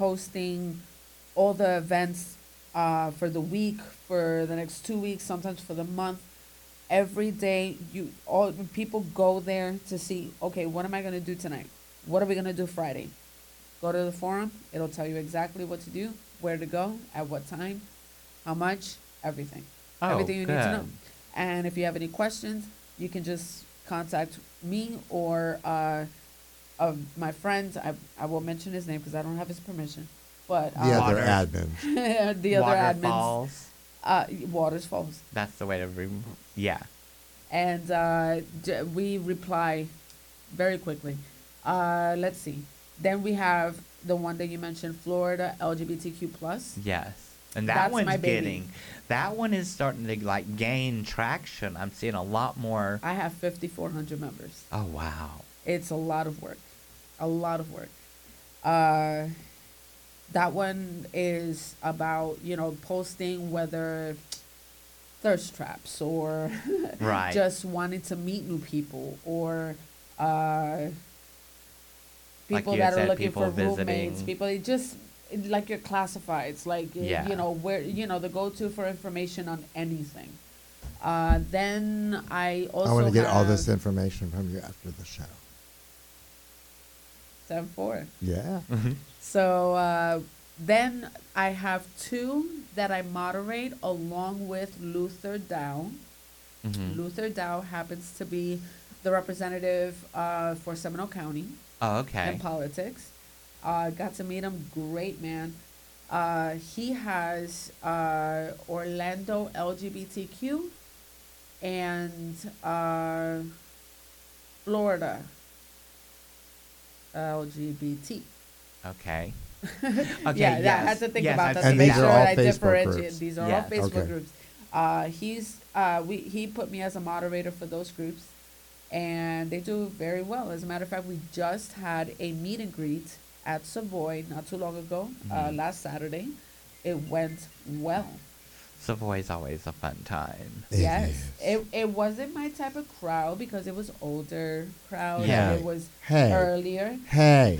Speaker 5: posting all the events uh, for the week, for the next two weeks, sometimes for the month. Every day, you all people go there to see. Okay, what am I gonna do tonight? What are we gonna do Friday? Go to the forum. It'll tell you exactly what to do, where to go, at what time, how much, everything.
Speaker 3: Oh,
Speaker 5: everything you need to know.
Speaker 3: good.
Speaker 5: And if you have any questions, you can just contact me or uh, of my friends. I, I won't mention his name because I don't have his permission. But
Speaker 4: The
Speaker 5: uh,
Speaker 4: other
Speaker 3: Water.
Speaker 4: admin.
Speaker 5: the other admins,
Speaker 3: Waterfalls.
Speaker 5: uh, Waters Falls,
Speaker 3: That's the way to. Re- yeah.
Speaker 5: and uh, j- we reply very quickly. Uh, let's see. Then we have the one that you mentioned, Florida LGBTQ plus.
Speaker 3: Yes. And that
Speaker 5: That's
Speaker 3: one's
Speaker 5: my baby.
Speaker 3: getting that one is starting to like gain traction. I'm seeing a lot more
Speaker 5: I have 5,400 members.
Speaker 3: Oh wow.
Speaker 5: It's a lot of work, a lot of work. Uh, that one is about you know posting whether thirst traps or
Speaker 3: Right.
Speaker 5: just wanting to meet new people or uh,
Speaker 3: Like
Speaker 5: people
Speaker 3: you had
Speaker 5: that are
Speaker 3: said,
Speaker 5: looking for
Speaker 3: people
Speaker 5: roommates,
Speaker 3: visiting.
Speaker 5: people it just it- like your classifieds, like y-
Speaker 3: Yeah.
Speaker 5: you know where you know the go-to for information on anything. Uh, then I also
Speaker 4: I want to get all this
Speaker 5: have-
Speaker 4: information from you after the show.
Speaker 5: Seven four.
Speaker 4: Yeah.
Speaker 3: Mm-hmm.
Speaker 5: So uh, then I have two that I moderate along with Luther Dow.
Speaker 3: Hmm. Mm-hmm.
Speaker 5: Luther Dow happens to be the representative uh, for Seminole County
Speaker 3: Oh, okay.
Speaker 5: in politics. Uh, got to meet him, great man. Uh, he has uh, Orlando LGBTQ and uh, Florida LGBT.
Speaker 3: Okay. Okay.
Speaker 5: yeah,
Speaker 3: yes.
Speaker 5: yeah, I had to think
Speaker 3: yes,
Speaker 5: about
Speaker 3: I've
Speaker 5: that
Speaker 3: seen
Speaker 5: to make
Speaker 4: these
Speaker 5: sure
Speaker 4: are all
Speaker 5: that I
Speaker 4: Facebook
Speaker 5: differentiate.
Speaker 4: groups.
Speaker 5: These are
Speaker 3: Yeah.
Speaker 5: all Facebook
Speaker 4: Okay.
Speaker 5: groups. Uh, he's uh, we he put me as a moderator for those groups, and they do very well. As a matter of fact, we just had a meet and greet at
Speaker 4: Mm-hmm.
Speaker 5: Savoy not too long ago, uh, last Saturday. It went well.
Speaker 3: Savoy's always a fun time.
Speaker 4: It
Speaker 5: yes.
Speaker 4: is.
Speaker 5: It, it wasn't my type of crowd because it was older crowd.
Speaker 3: Yeah.
Speaker 5: And it was
Speaker 4: Hey.
Speaker 5: earlier.
Speaker 4: Hey,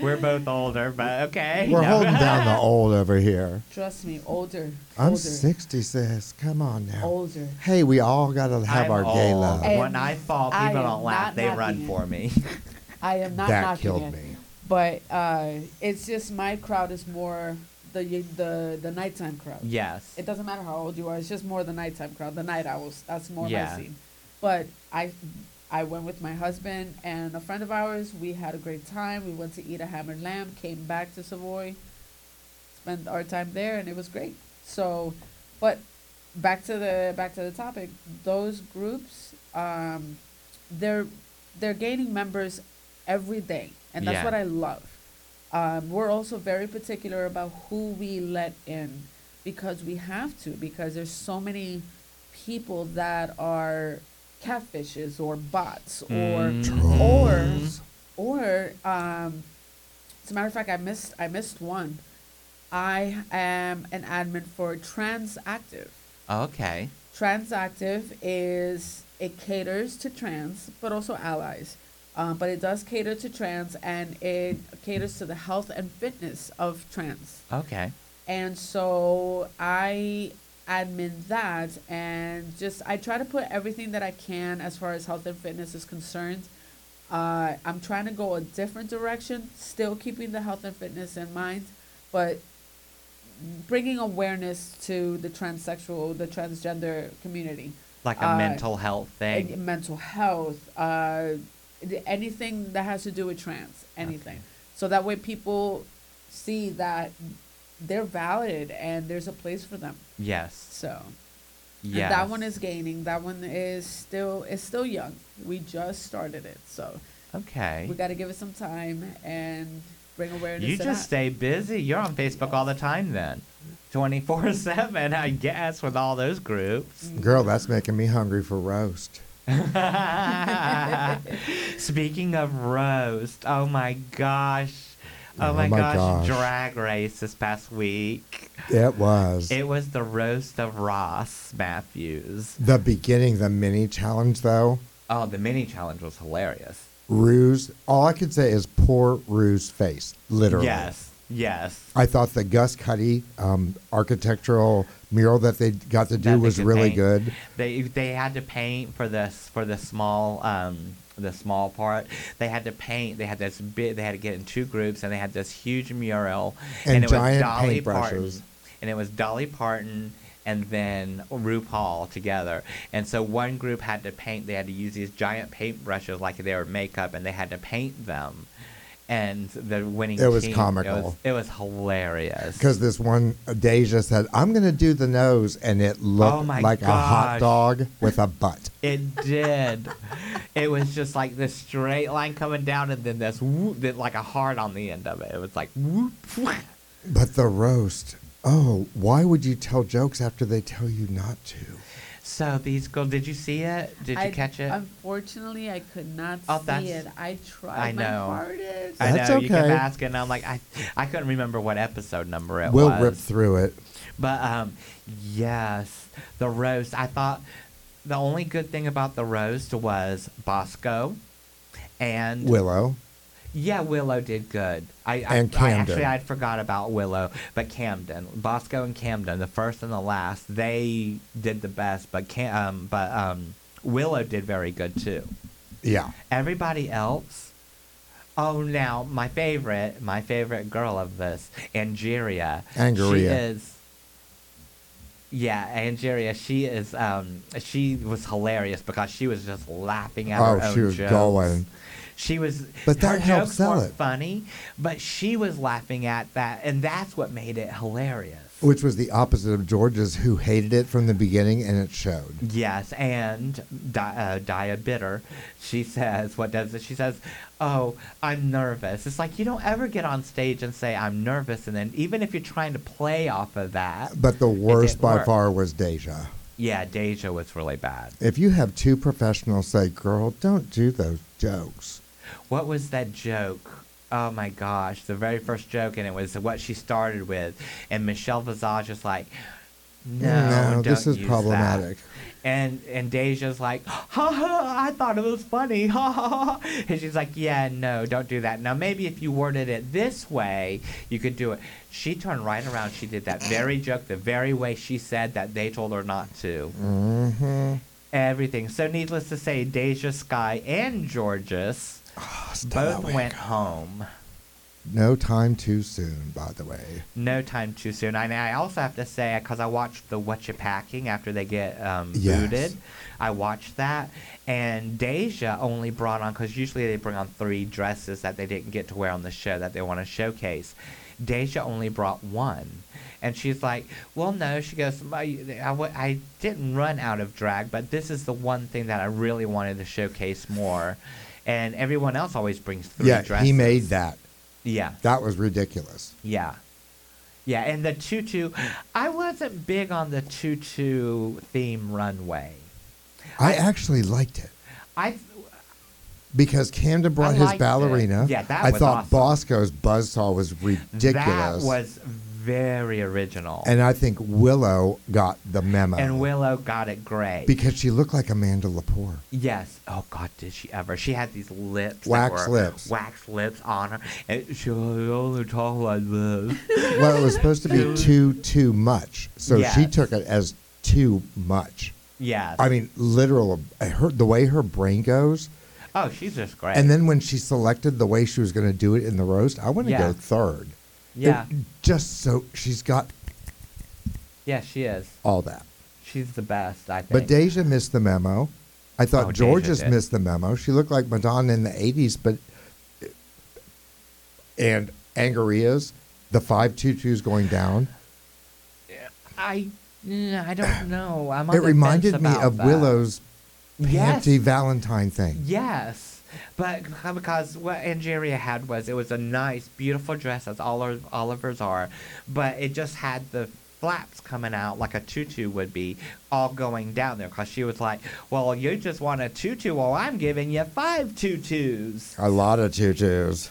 Speaker 3: We're both older, but okay.
Speaker 4: we're
Speaker 3: No.
Speaker 4: holding down the old over here.
Speaker 5: Trust me, older.
Speaker 4: I'm
Speaker 5: older,
Speaker 4: 60, sis. Come on now.
Speaker 5: Older.
Speaker 4: Hey, we all gotta have
Speaker 3: I'm
Speaker 4: our gay
Speaker 3: old.
Speaker 4: love.
Speaker 5: And
Speaker 3: When I fall,
Speaker 5: I
Speaker 3: people
Speaker 5: am
Speaker 3: don't laugh;
Speaker 5: not
Speaker 3: they run
Speaker 5: knocking
Speaker 3: for
Speaker 5: it.
Speaker 3: me.
Speaker 5: I am not
Speaker 4: that
Speaker 5: knocking
Speaker 4: killed
Speaker 5: it,
Speaker 4: me.
Speaker 5: But uh, it's just my crowd is more the the the nighttime crowd.
Speaker 3: yes.
Speaker 5: It doesn't matter how old you are. It's just more the nighttime crowd, the night owls. That's more
Speaker 3: Yeah.
Speaker 5: my scene. But I, I went with my husband and a friend of ours. We had a great time. We went to eat a hammered lamb. Came back to Savoy, spent our time there, and it was great. So, but back to the back to the topic. Those groups, um, they're they're gaining members every day, and that's
Speaker 3: Yeah.
Speaker 5: what I love. Um, we're also very particular about who we let in because we have to because there's so many people that are catfishes or bots
Speaker 3: Mm.
Speaker 5: or or or um, as a matter of fact, I missed I missed one. I am an admin for Transactive.
Speaker 3: Okay.
Speaker 5: Transactive is it caters to trans, but also allies. Um, but it does cater to trans, and it caters to the health and fitness of trans.
Speaker 3: Okay.
Speaker 5: And so I admin that, and just I try to put everything that I can as far as health and fitness is concerned. Uh, I'm trying to go a different direction, still keeping the health and fitness in mind, but bringing awareness to the transsexual, the transgender community
Speaker 3: Like a
Speaker 5: Uh,
Speaker 3: mental health
Speaker 5: and
Speaker 3: thing.
Speaker 5: mental health, uh, th- anything that has to do with trans, anything. So that way people see that they're valid and there's a place for them.
Speaker 3: Yes.
Speaker 5: So and
Speaker 3: Yes.
Speaker 5: that one is gaining. That one is still is still young. We just started it, so
Speaker 3: okay.
Speaker 5: we got to give it some time and bring awareness.
Speaker 3: You
Speaker 5: to
Speaker 3: just
Speaker 5: that.
Speaker 3: stay busy. You're on Facebook all the time then. 24 7, I guess, with all those groups.
Speaker 4: Girl, that's making me hungry for roast.
Speaker 5: Mm.
Speaker 3: Speaking of roast, oh my gosh. Oh,
Speaker 4: Oh
Speaker 3: my,
Speaker 4: my
Speaker 3: gosh.
Speaker 4: gosh.
Speaker 3: Drag race this past week.
Speaker 4: It was
Speaker 3: It was the roast of Ross Matthews.
Speaker 4: the beginning, the mini challenge, though.
Speaker 3: Oh, the mini challenge was hilarious.
Speaker 4: Ruse. All I could say is poor Rue's face, literally.
Speaker 3: Yes. Yes.
Speaker 4: I thought the Gus Cuddy um, architectural mural that they got to
Speaker 3: that
Speaker 4: do
Speaker 3: they
Speaker 4: was
Speaker 3: could
Speaker 4: really
Speaker 3: paint.
Speaker 4: good.
Speaker 3: They they had to paint for this for the small um the small part. They had to paint. They had this bit. They had to get in two groups, and they had this huge mural.
Speaker 4: And giant
Speaker 3: Parton,
Speaker 4: paintbrushes.
Speaker 3: and it was Dolly Parton and then RuPaul together. And so one group had to paint. They had to use these giant paintbrushes like they were makeup, and they had to paint them. And the winning
Speaker 4: It was
Speaker 3: team- It was,
Speaker 4: comical.
Speaker 3: it was hilarious.
Speaker 4: Because this one, Deja said, I'm going to do the nose. And it looked
Speaker 3: Oh my
Speaker 4: like a
Speaker 3: gosh.
Speaker 4: hot dog with a butt.
Speaker 3: It did. it was just like this straight line coming down, and then this whoop, then like a heart on the end of it. It was like whoop.
Speaker 4: But the roast. Oh, why would you tell jokes after they tell you not to?
Speaker 3: So these girls, did you see it? Did you
Speaker 5: I-
Speaker 3: catch it?
Speaker 5: Unfortunately, I could not
Speaker 3: Oh,
Speaker 5: see
Speaker 3: that's-
Speaker 5: it. I tried
Speaker 3: I know.
Speaker 5: my hardest.
Speaker 3: I know
Speaker 4: That's
Speaker 3: you kept
Speaker 4: okay.
Speaker 3: asking, and I'm like, I, I couldn't remember what episode number it
Speaker 4: we'll
Speaker 3: was.
Speaker 4: rip through it.
Speaker 3: But um, yes, the roast. I thought the only good thing about the roast was Bosco, and
Speaker 4: Willow.
Speaker 3: Yeah, Willow did good. I, I,
Speaker 4: And
Speaker 3: I
Speaker 4: Camden.
Speaker 3: actually I'd forgot about Willow, but Camden, Bosco, and Camden, the first and the last, they did the best. But Cam, um, but um, Willow did very good too.
Speaker 4: Yeah.
Speaker 3: Everybody else. Oh, now my favorite, my favorite girl of this, Angeria. She
Speaker 4: Angeria.
Speaker 3: is. Yeah, Angeria. She is. Um, she was hilarious because she was just laughing at her
Speaker 4: Oh,
Speaker 3: own
Speaker 4: she was
Speaker 3: jokes.
Speaker 4: going.
Speaker 3: She was.
Speaker 4: But
Speaker 3: her
Speaker 4: that helped
Speaker 3: jokes
Speaker 4: sell
Speaker 3: weren't
Speaker 4: it.
Speaker 3: Funny, but she was laughing at that, and that's what made it hilarious.
Speaker 4: Which was the opposite of George's, who hated it from the beginning, and it showed.
Speaker 3: Yes, and Di- uh, Dia Bitter, she says, what does it? She says, oh, I'm nervous. It's like you don't ever get on stage and say, I'm nervous. And then even if you're trying to play off of that.
Speaker 4: But the worst
Speaker 3: didn't
Speaker 4: by
Speaker 3: work.
Speaker 4: far was Deja.
Speaker 3: yeah, Deja was really bad.
Speaker 4: If you have two professionals say, girl, don't do those jokes.
Speaker 3: What was that joke? Oh my gosh, the very first joke, and it was what she started with. And Michelle Visage is like, No,
Speaker 4: Mm, No, this
Speaker 3: don't use
Speaker 4: is
Speaker 3: that."
Speaker 4: problematic.
Speaker 3: And and Deja's like, ha ha, I thought it was funny, ha ha ha. ha." And she's like, yeah, no, don't do that. Now maybe if you worded it this way, you could do it. She turned right around. She did that very joke, the very way she said that they told her not to.
Speaker 4: Mm-hmm.
Speaker 3: Everything. So needless to say, Deja, Sky, and Georges both went home.
Speaker 4: No time too soon, by the way.
Speaker 3: No time too soon. And I also have to say, because I watched the What You Packing after they get um,
Speaker 4: Yes.
Speaker 3: booted, I watched that. And Deja only brought on, because usually they bring on three dresses that they didn't get to wear on the show that they want to showcase. Deja only brought one. And she's like, well, no. She goes, "My- I, w- I didn't run out of drag, but this is the one thing that I really wanted to showcase more. And everyone else always brings three
Speaker 4: yeah,
Speaker 3: dresses.
Speaker 4: he made that.
Speaker 3: Yeah.
Speaker 4: That was ridiculous.
Speaker 3: Yeah. Yeah, and the tutu. I wasn't big on the tutu theme runway.
Speaker 4: I actually liked it
Speaker 3: I
Speaker 4: because Camden brought his
Speaker 3: liked it.
Speaker 4: ballerina.
Speaker 3: Yeah, that
Speaker 4: I
Speaker 3: was
Speaker 4: thought
Speaker 3: awesome.
Speaker 4: Bosco's buzzsaw was ridiculous.
Speaker 3: that was very original.
Speaker 4: and uh, I think Willow got the memo.
Speaker 3: And Willow got it great.
Speaker 4: because she looked like Amanda Lepore.
Speaker 3: yes. Oh God, did she ever? She had these lips. that
Speaker 4: Wax
Speaker 3: were
Speaker 4: lips.
Speaker 3: Wax lips on her, and she only talk like this.
Speaker 4: well, it was supposed to be too too much, so she
Speaker 3: Yes.
Speaker 4: took it as too much.
Speaker 3: yes.
Speaker 4: I mean, literal. I heard the way her brain goes,
Speaker 3: oh, she's just great.
Speaker 4: and then when she selected the way she was going to do it in the roast, I want to
Speaker 3: Yeah.
Speaker 4: go third.
Speaker 3: yeah,
Speaker 4: It- just so she's got
Speaker 3: yeah, she is.
Speaker 4: all that.
Speaker 3: She's the best. I think.
Speaker 4: But Deja missed the memo. I thought
Speaker 3: Oh, Deja
Speaker 4: Georges
Speaker 3: did.
Speaker 4: missed the memo. She looked like Madonna in the '80s, but and Angaria's the five tutus going down.
Speaker 3: I, mm, I don't know. I'm on
Speaker 4: It
Speaker 3: the
Speaker 4: reminded
Speaker 3: fence
Speaker 4: me
Speaker 3: about
Speaker 4: of
Speaker 3: that.
Speaker 4: Willow's
Speaker 3: Yes.
Speaker 4: panty Valentine thing.
Speaker 3: Yes, but because what Angeria had was it was a nice, beautiful dress as all of Oliver's are, but it just had the flaps coming out like a tutu would be, all going down there. Because she was like, "Well, you just want a tutu, well, I'm giving you five tutus."
Speaker 4: A lot of tutus.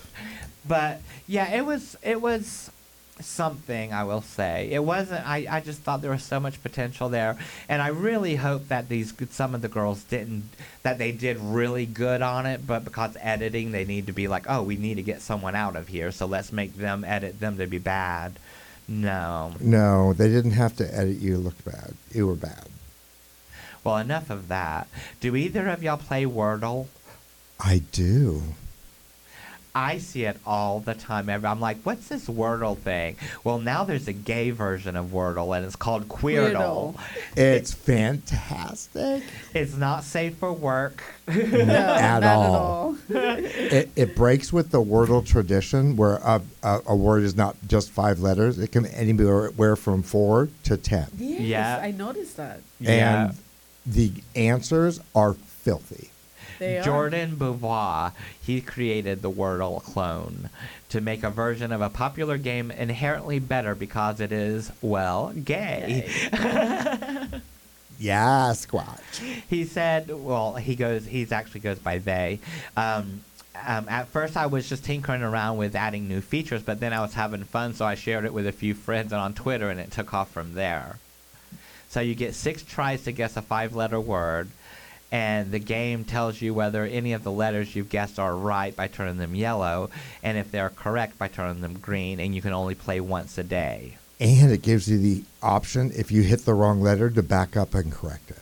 Speaker 3: But yeah, it was it was something I will say. It wasn't. I I just thought there was so much potential there, and I really hope that these g- some of the girls didn't that they did really good on it. But because editing, they need to be like, oh, we need to get someone out of here, so let's make them edit them to be bad. No.
Speaker 4: No, they didn't have to edit you looked bad. You were bad.
Speaker 3: Well, enough of that. Do either of y'all play Wordle?
Speaker 4: I do.
Speaker 3: I see it all the time. Ever, I'm like, what's this Wordle thing? Well, now there's a gay version of Wordle, and it's called Queerdle.
Speaker 5: Queerdle.
Speaker 4: It's fantastic.
Speaker 3: It's not safe for work.
Speaker 5: No,
Speaker 4: At all.
Speaker 5: not at all.
Speaker 4: It, it breaks with the Wordle tradition where a, a, a word is not just five letters. It can anywhere from four to ten.
Speaker 5: Yes,
Speaker 3: Yeah.
Speaker 5: I noticed that.
Speaker 3: Yeah.
Speaker 4: And the answers are filthy.
Speaker 5: They
Speaker 3: Jordan Beauvoir, he created the Wordle clone to make a version of a popular game inherently better because it is, well, gay.
Speaker 4: Yeah, Squatch.
Speaker 3: he said, well, he goes, he's actually goes by they. Um, um, at first, I was just tinkering around with adding new features, but then I was having fun, so I shared it with a few friends and on Twitter, and it took off from there. So you get six tries to guess a five-letter word, and the game tells you whether any of the letters you've guessed are right by turning them yellow, and if they're correct by turning them green, and you can only play once a day.
Speaker 4: And it gives you the option, if you hit the wrong letter, to back up and correct it.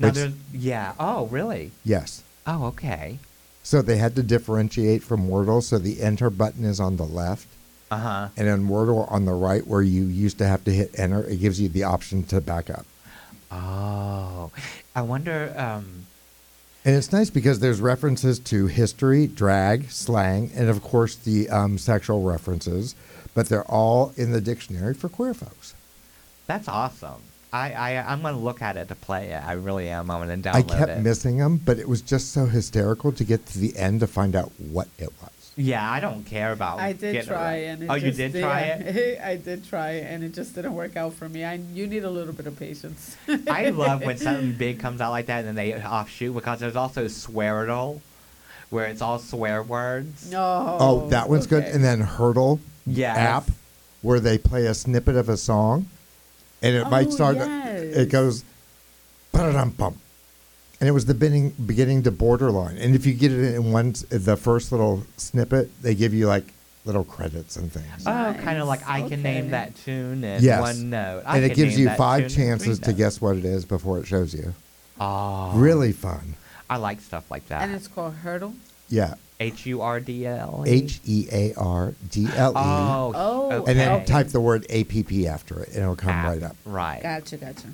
Speaker 3: Now
Speaker 4: Which-
Speaker 3: there's, yeah. Oh, really?
Speaker 4: Yes.
Speaker 3: Oh, okay.
Speaker 4: So they had to differentiate from Wordle. So the enter button is on the left,
Speaker 3: Uh huh.
Speaker 4: and on Wordle on the right, where you used to have to hit enter, it gives you the option to back up.
Speaker 3: Oh, I wonder. Um,
Speaker 4: And it's nice because there's references to history, drag, slang, and of course the um, sexual references, but they're all in the dictionary for queer folks.
Speaker 3: that's awesome. I, I I'm gonna look at it to play it. I really am. I'm gonna download
Speaker 4: I kept
Speaker 3: it.
Speaker 4: missing them, but it was just so hysterical to get to the end to find out what it was.
Speaker 3: yeah, I don't care about.
Speaker 5: I did
Speaker 3: getting
Speaker 5: try,
Speaker 3: around-
Speaker 5: and it
Speaker 3: oh,
Speaker 5: just
Speaker 3: you did try it.
Speaker 5: I did try, it, and it just didn't work out for me. I you need a little bit of patience.
Speaker 3: I love when something big comes out like that, and then they offshoot because there's also Swearital, where it's all swear words.
Speaker 5: no.
Speaker 4: Oh, that one's good.
Speaker 5: okay.
Speaker 4: And then Hurdle
Speaker 3: Yes.
Speaker 4: app, where they play a snippet of a song, and it might
Speaker 5: Oh,
Speaker 4: start.
Speaker 5: yes.
Speaker 4: It goes, "Ba-da-dum bum," and it was the beginning beginning to borderline. And if you get it in one, s- the first little snippet, they give you like little credits and things.
Speaker 3: Oh, kind of like I
Speaker 5: Nice.
Speaker 3: can name
Speaker 5: Okay.
Speaker 3: that tune in
Speaker 4: Yes.
Speaker 3: one note. I
Speaker 4: and it
Speaker 3: can
Speaker 4: gives
Speaker 3: name
Speaker 4: you
Speaker 3: that tune
Speaker 4: five
Speaker 3: in three
Speaker 4: chances to
Speaker 3: notes.
Speaker 4: guess what it is before it shows you.
Speaker 3: Oh,
Speaker 4: Really fun.
Speaker 3: I like stuff like that.
Speaker 5: And it's called Hurdle.
Speaker 4: Yeah.
Speaker 3: H U R D L.
Speaker 4: H E A R D L E.
Speaker 3: Oh,
Speaker 5: Oh,
Speaker 3: okay.
Speaker 4: And then
Speaker 5: okay.
Speaker 4: type the word APP after it, and it'll come
Speaker 3: App,
Speaker 4: right up.
Speaker 3: Right.
Speaker 6: Gotcha, gotcha.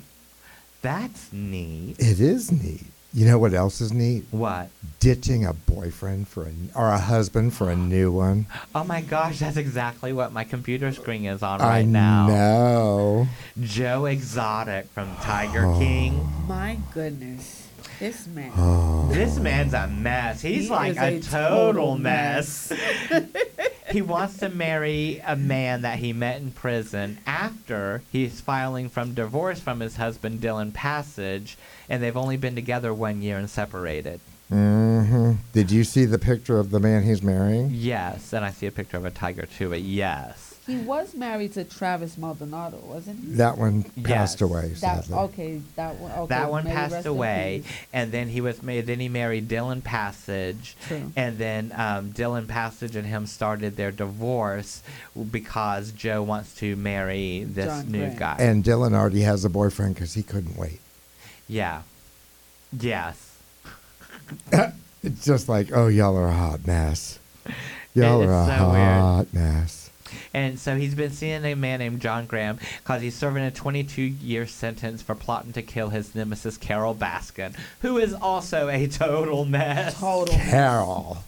Speaker 3: That's neat.
Speaker 4: It is neat. You know what else is neat?
Speaker 3: What?
Speaker 4: Ditching a boyfriend for a, or a husband for a new one.
Speaker 3: Oh my gosh, that's exactly what my computer screen is on
Speaker 4: I
Speaker 3: right now.
Speaker 4: know.
Speaker 3: Joe Exotic from Tiger
Speaker 4: Oh.
Speaker 3: King.
Speaker 6: My goodness. This man.
Speaker 3: This man's a mess. He's
Speaker 5: He
Speaker 3: like
Speaker 5: is
Speaker 3: a,
Speaker 5: a
Speaker 3: total
Speaker 5: total
Speaker 3: mess. he wants to marry a man that he met in prison after he's filing from divorce from his husband Dylan Passage, and they've only been together one year and separated.
Speaker 4: hmm Did you see the picture of the man he's marrying?
Speaker 3: Yes, and I see a picture of a tiger too. But yes,
Speaker 6: He was married to Travis Maldonado, wasn't he?
Speaker 4: That one
Speaker 3: Yes.
Speaker 4: passed away.
Speaker 6: That,
Speaker 4: sadly.
Speaker 6: okay, that one. Okay,
Speaker 3: that one
Speaker 6: may he
Speaker 3: passed
Speaker 6: rest in
Speaker 3: away,
Speaker 6: peace.
Speaker 3: and then he was made. Then he married Dylan Passage,
Speaker 6: True.
Speaker 3: and then um, Dylan Passage and him started their divorce because Joe wants to marry this
Speaker 6: John
Speaker 3: new
Speaker 6: Gray.
Speaker 3: guy.
Speaker 4: And Dylan already has a boyfriend because he couldn't wait.
Speaker 3: yeah, yes,
Speaker 4: It's just like, oh, y'all are a hot mess. Y'all
Speaker 3: It-
Speaker 4: are a
Speaker 3: it's so weird.
Speaker 4: hot mess.
Speaker 3: and so he's been seeing a man named John Graham because he's serving a 22-year sentence for plotting to kill his nemesis Carol Baskin, who is also a total mess.
Speaker 6: Total.
Speaker 4: Carol.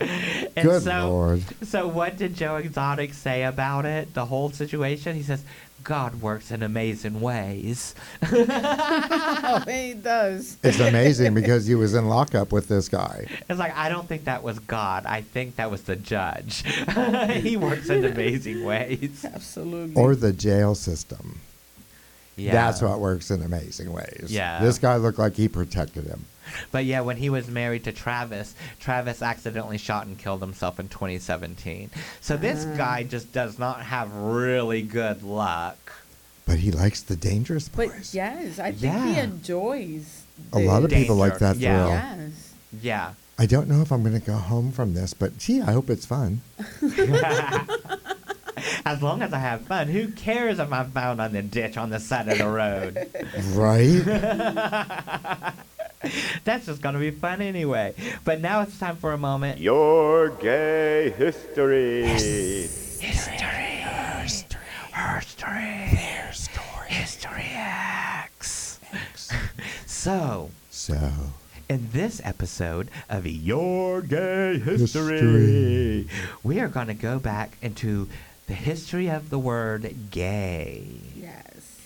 Speaker 3: And
Speaker 4: Good
Speaker 3: so,
Speaker 4: lord.
Speaker 3: So what did Joe Exotic say about it? The whole situation? He says, God works in amazing ways.
Speaker 6: Oh, he does.
Speaker 4: It's amazing because he was in lockup with this guy.
Speaker 3: It's like I don't think that was God. I think that was the judge. he works in amazing ways.
Speaker 6: Absolutely.
Speaker 4: Or the jail system.
Speaker 3: Yeah.
Speaker 4: That's what works in amazing ways.
Speaker 3: Yeah.
Speaker 4: This guy looked like he protected him.
Speaker 3: But yeah, when he was married to Travis, Travis accidentally shot and killed himself in 2017. So this guy just does not have really good luck.
Speaker 4: But he likes the dangerous
Speaker 6: but
Speaker 4: boys.
Speaker 6: yes, I think he
Speaker 3: Yeah.
Speaker 6: enjoys.
Speaker 4: A lot of
Speaker 6: the-
Speaker 4: people like
Speaker 3: Danger,
Speaker 4: that
Speaker 3: yeah.
Speaker 4: thrill.
Speaker 6: Yes.
Speaker 3: Yeah.
Speaker 4: I don't know if I'm going to go home from this, but gee, I hope it's fun.
Speaker 3: As long as I have fun, who cares if I'm found on the ditch on the side of the road?
Speaker 4: right?
Speaker 3: That's just gonna be fun anyway. But now it's time for a moment.
Speaker 7: Your gay history.
Speaker 3: Her story. Their story. History X. so,
Speaker 4: So,
Speaker 3: in this episode of Your Gay History,
Speaker 4: History.
Speaker 3: we are gonna go back into the history of the word gay.
Speaker 6: Yes.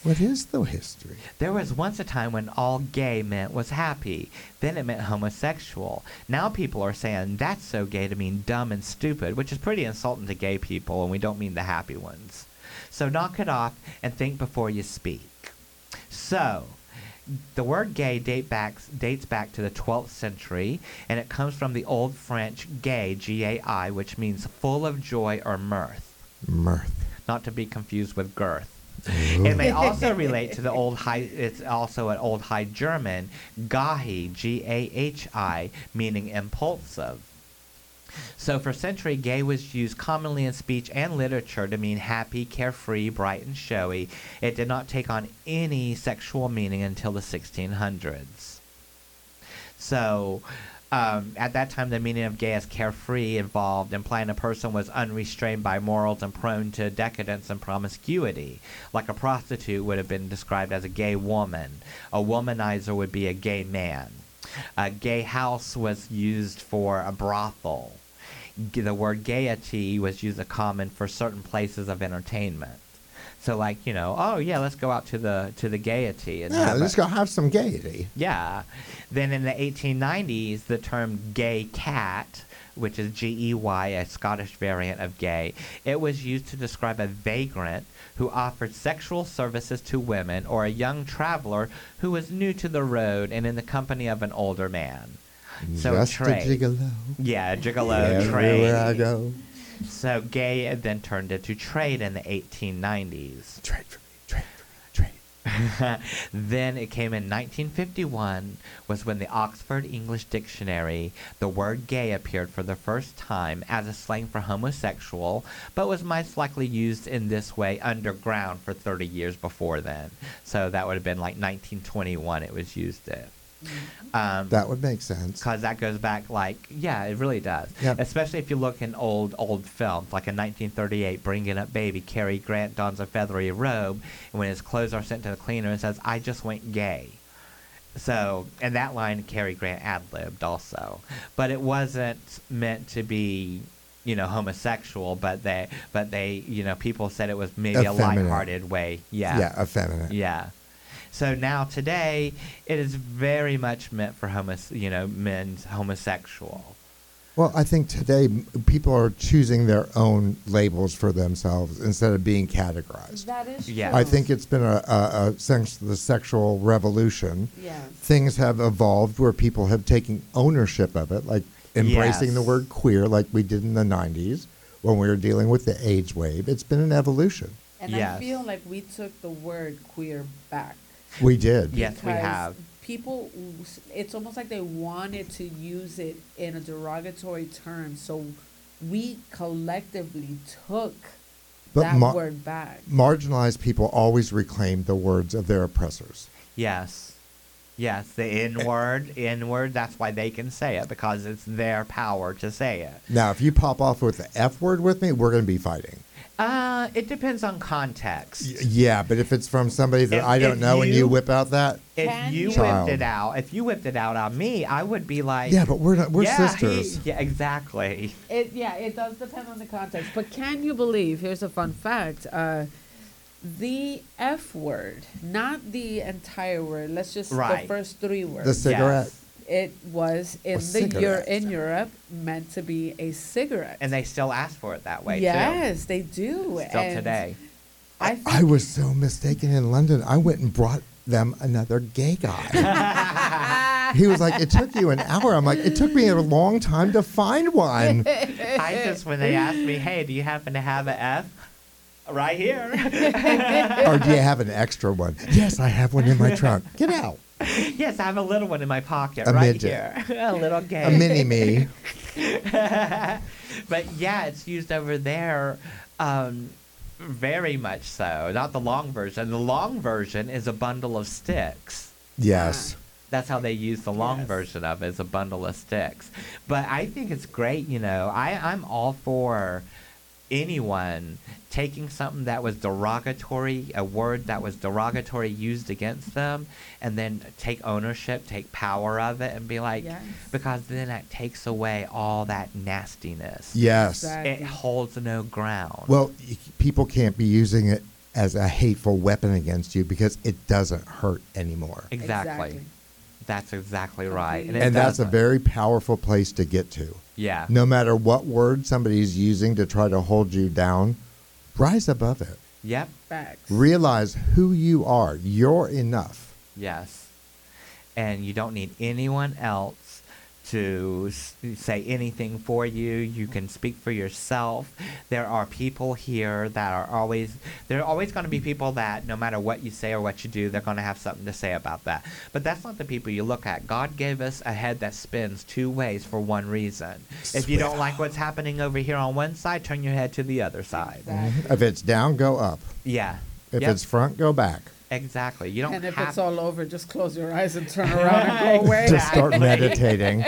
Speaker 4: what is the history?
Speaker 3: There was once a time when all gay meant was happy. Then it meant homosexual. Now people are saying that's so gay to mean dumb and stupid, which is pretty insulting to gay people, and we don't mean the happy ones. So knock it off and think before you speak. So, the word gay date backs, dates back to the 12th century, and it comes from the old French gay, G A I, which means full of joy or mirth
Speaker 4: Mirth.
Speaker 3: not to be confused with girth.
Speaker 4: Ooh.
Speaker 3: It may also relate to the old high. It's also an old High German, gahi, g a h i, meaning impulsive. So for century, gay was used commonly in speech and literature to mean happy, carefree, bright, and showy. It did not take on any sexual meaning until the 1600s. So, um, at that time, the meaning of gay as carefree involved implying a person was unrestrained by morals and prone to decadence and promiscuity. Like a prostitute would have been described as a gay woman, a womanizer would be a gay man. A gay house was used for a brothel. G- The word gaiety was used as common for certain places of entertainment. So, like you know, oh yeah, let's go out to the to the gaiety and
Speaker 4: Yeah,
Speaker 3: have a-
Speaker 4: let's go have some gaiety.
Speaker 3: yeah. Then in the 1890s, the term gay cat, which is G E Y, a Scottish variant of gay, it was used to describe a vagrant who offered sexual services to women or a young traveler who was new to the road and in the company of an older man. So
Speaker 4: Just
Speaker 3: trade.
Speaker 4: a gigolo.
Speaker 3: Yeah, a gigolo
Speaker 4: Everywhere
Speaker 3: trade.
Speaker 4: I go.
Speaker 3: So gay then turned into trade in the 1890s.
Speaker 4: Trade for me, trade for me, trade.
Speaker 3: then it came in 1951 was when the Oxford English Dictionary the word gay appeared for the first time as a slang for homosexual but was most likely used in this way underground for 30 years before then so that would have been like 1921 it was used in um,
Speaker 4: That would make sense.
Speaker 3: because that goes back like yeah it really does
Speaker 4: Yeah.
Speaker 3: especially if you look in old old films like in 1938 bringing up baby Cary grant dons a feathery robe and when his clothes are sent to the cleaner and says i just went gay so and that line Cary grant ad-libbed also but it wasn't meant to be you know homosexual but they but they you know people said it was maybe a
Speaker 4: Effeminate.
Speaker 3: lighthearted way
Speaker 4: yeah effeminate.
Speaker 3: yeah. So now today, it is very much meant for homos, you know, men's homosexual.
Speaker 4: Well, I think today m- people are choosing their own labels for themselves instead of being categorized.
Speaker 5: That is
Speaker 3: Yeah.
Speaker 5: true.
Speaker 4: I think it's been a, a, a sense the sexual revolution.
Speaker 5: Yes.
Speaker 4: Things have evolved where people have taken ownership of it, like embracing the
Speaker 3: Yes.
Speaker 4: word queer, like we did in the 90s when we were dealing with the AIDS wave. It's been an evolution.
Speaker 5: And
Speaker 3: Yes.
Speaker 5: I feel like we took the word queer back.
Speaker 4: We did.
Speaker 3: Yes, we
Speaker 5: because
Speaker 3: have.
Speaker 5: People, it's almost like they wanted to use it in a derogatory term. So we collectively took
Speaker 4: But
Speaker 5: that
Speaker 4: mar-
Speaker 5: word back.
Speaker 4: Marginalized people always reclaim the words of their oppressors.
Speaker 3: Yes. Yes, the
Speaker 4: Eh.
Speaker 3: N word, N word, that's why they can say it because it's their power to say it.
Speaker 4: Now, if you pop off with the F word with me, we're going to be fighting.
Speaker 3: Uh, it depends on context.
Speaker 4: Y- Yeah, but if it's from somebody that
Speaker 3: If-
Speaker 4: I don't
Speaker 3: if
Speaker 4: know and you
Speaker 3: you-
Speaker 4: whip out that,
Speaker 3: If
Speaker 5: Can
Speaker 3: you
Speaker 5: you-
Speaker 3: whipped
Speaker 4: Child.
Speaker 3: it out, if you whipped it out on me, I would be like,
Speaker 4: yeah, but we're not, we're
Speaker 3: "Yeah, he-
Speaker 4: sisters.
Speaker 3: yeah, exactly.
Speaker 5: It yeah, it does depend on the context. But can you believe? Here's a fun fact. Uh, the F word, not the entire word. Let's just
Speaker 3: Right.
Speaker 5: the first three words.
Speaker 4: The cigarette.
Speaker 3: Yes.
Speaker 5: it was in
Speaker 4: Or
Speaker 5: the Euro-
Speaker 4: cigarette.
Speaker 5: in Europe meant to be a cigarette.
Speaker 3: And they still ask for it that way,
Speaker 5: yes, they do.
Speaker 3: too. Still
Speaker 5: and
Speaker 3: today.
Speaker 5: I think
Speaker 4: I was so mistaken in London. I went and brought them another gay guy. he was like, It took you an hour. I'm like, It took me a long time to find one.
Speaker 3: I just when they asked me, "Hey, do you happen to have an F?" Right here.
Speaker 4: or do you have an extra one? Yes, I have one in my trunk. Get out.
Speaker 3: yes, I have a little one in my pocket
Speaker 4: A
Speaker 3: right
Speaker 4: midget.
Speaker 3: here. a little gay.
Speaker 4: A mini me.
Speaker 3: but yeah, it's used over there um, very much so. Not the long version. The long version is a bundle of sticks.
Speaker 4: Yes.
Speaker 3: Ah. That's how they use the long version of it, is a bundle of sticks. But I think it's great, you know. I, I'm all for anyone taking something that was derogatory, a word that was derogatory used against them, and then take ownership, take power of it, and be like,
Speaker 5: Yes.
Speaker 3: because then that takes away all that nastiness.
Speaker 4: Yes.
Speaker 3: It holds no ground.
Speaker 4: Well, y- people can't be using it as a hateful weapon against you because it doesn't hurt anymore.
Speaker 3: exactly.
Speaker 5: Exactly.
Speaker 3: That's exactly right. it
Speaker 4: And that's a
Speaker 3: doesn't.
Speaker 4: very powerful place to get to.
Speaker 3: yeah.
Speaker 4: No matter what word somebody's using to try to hold you down, rise above it.
Speaker 3: Yep.
Speaker 5: facts.
Speaker 4: Realize who you are. You're enough.
Speaker 3: Yes. And you don't need anyone else to s- say anything for you. You can speak for yourself. There are people here that are always, there are always going to be people that no matter what you say or what you do, they're going to have something to say about that. But that's not the people you look at. God gave us a head that spins two ways for one reason. If you don't like what's happening over here on one side, turn your head to the other side.
Speaker 5: Exactly.
Speaker 4: If it's down, go up.
Speaker 3: Yeah.
Speaker 4: If
Speaker 3: Yep.
Speaker 4: it's front, go back.
Speaker 3: exactly. You don't
Speaker 5: And if
Speaker 3: have
Speaker 5: it's all over, just close your eyes and turn around and go away.
Speaker 4: Just start meditating.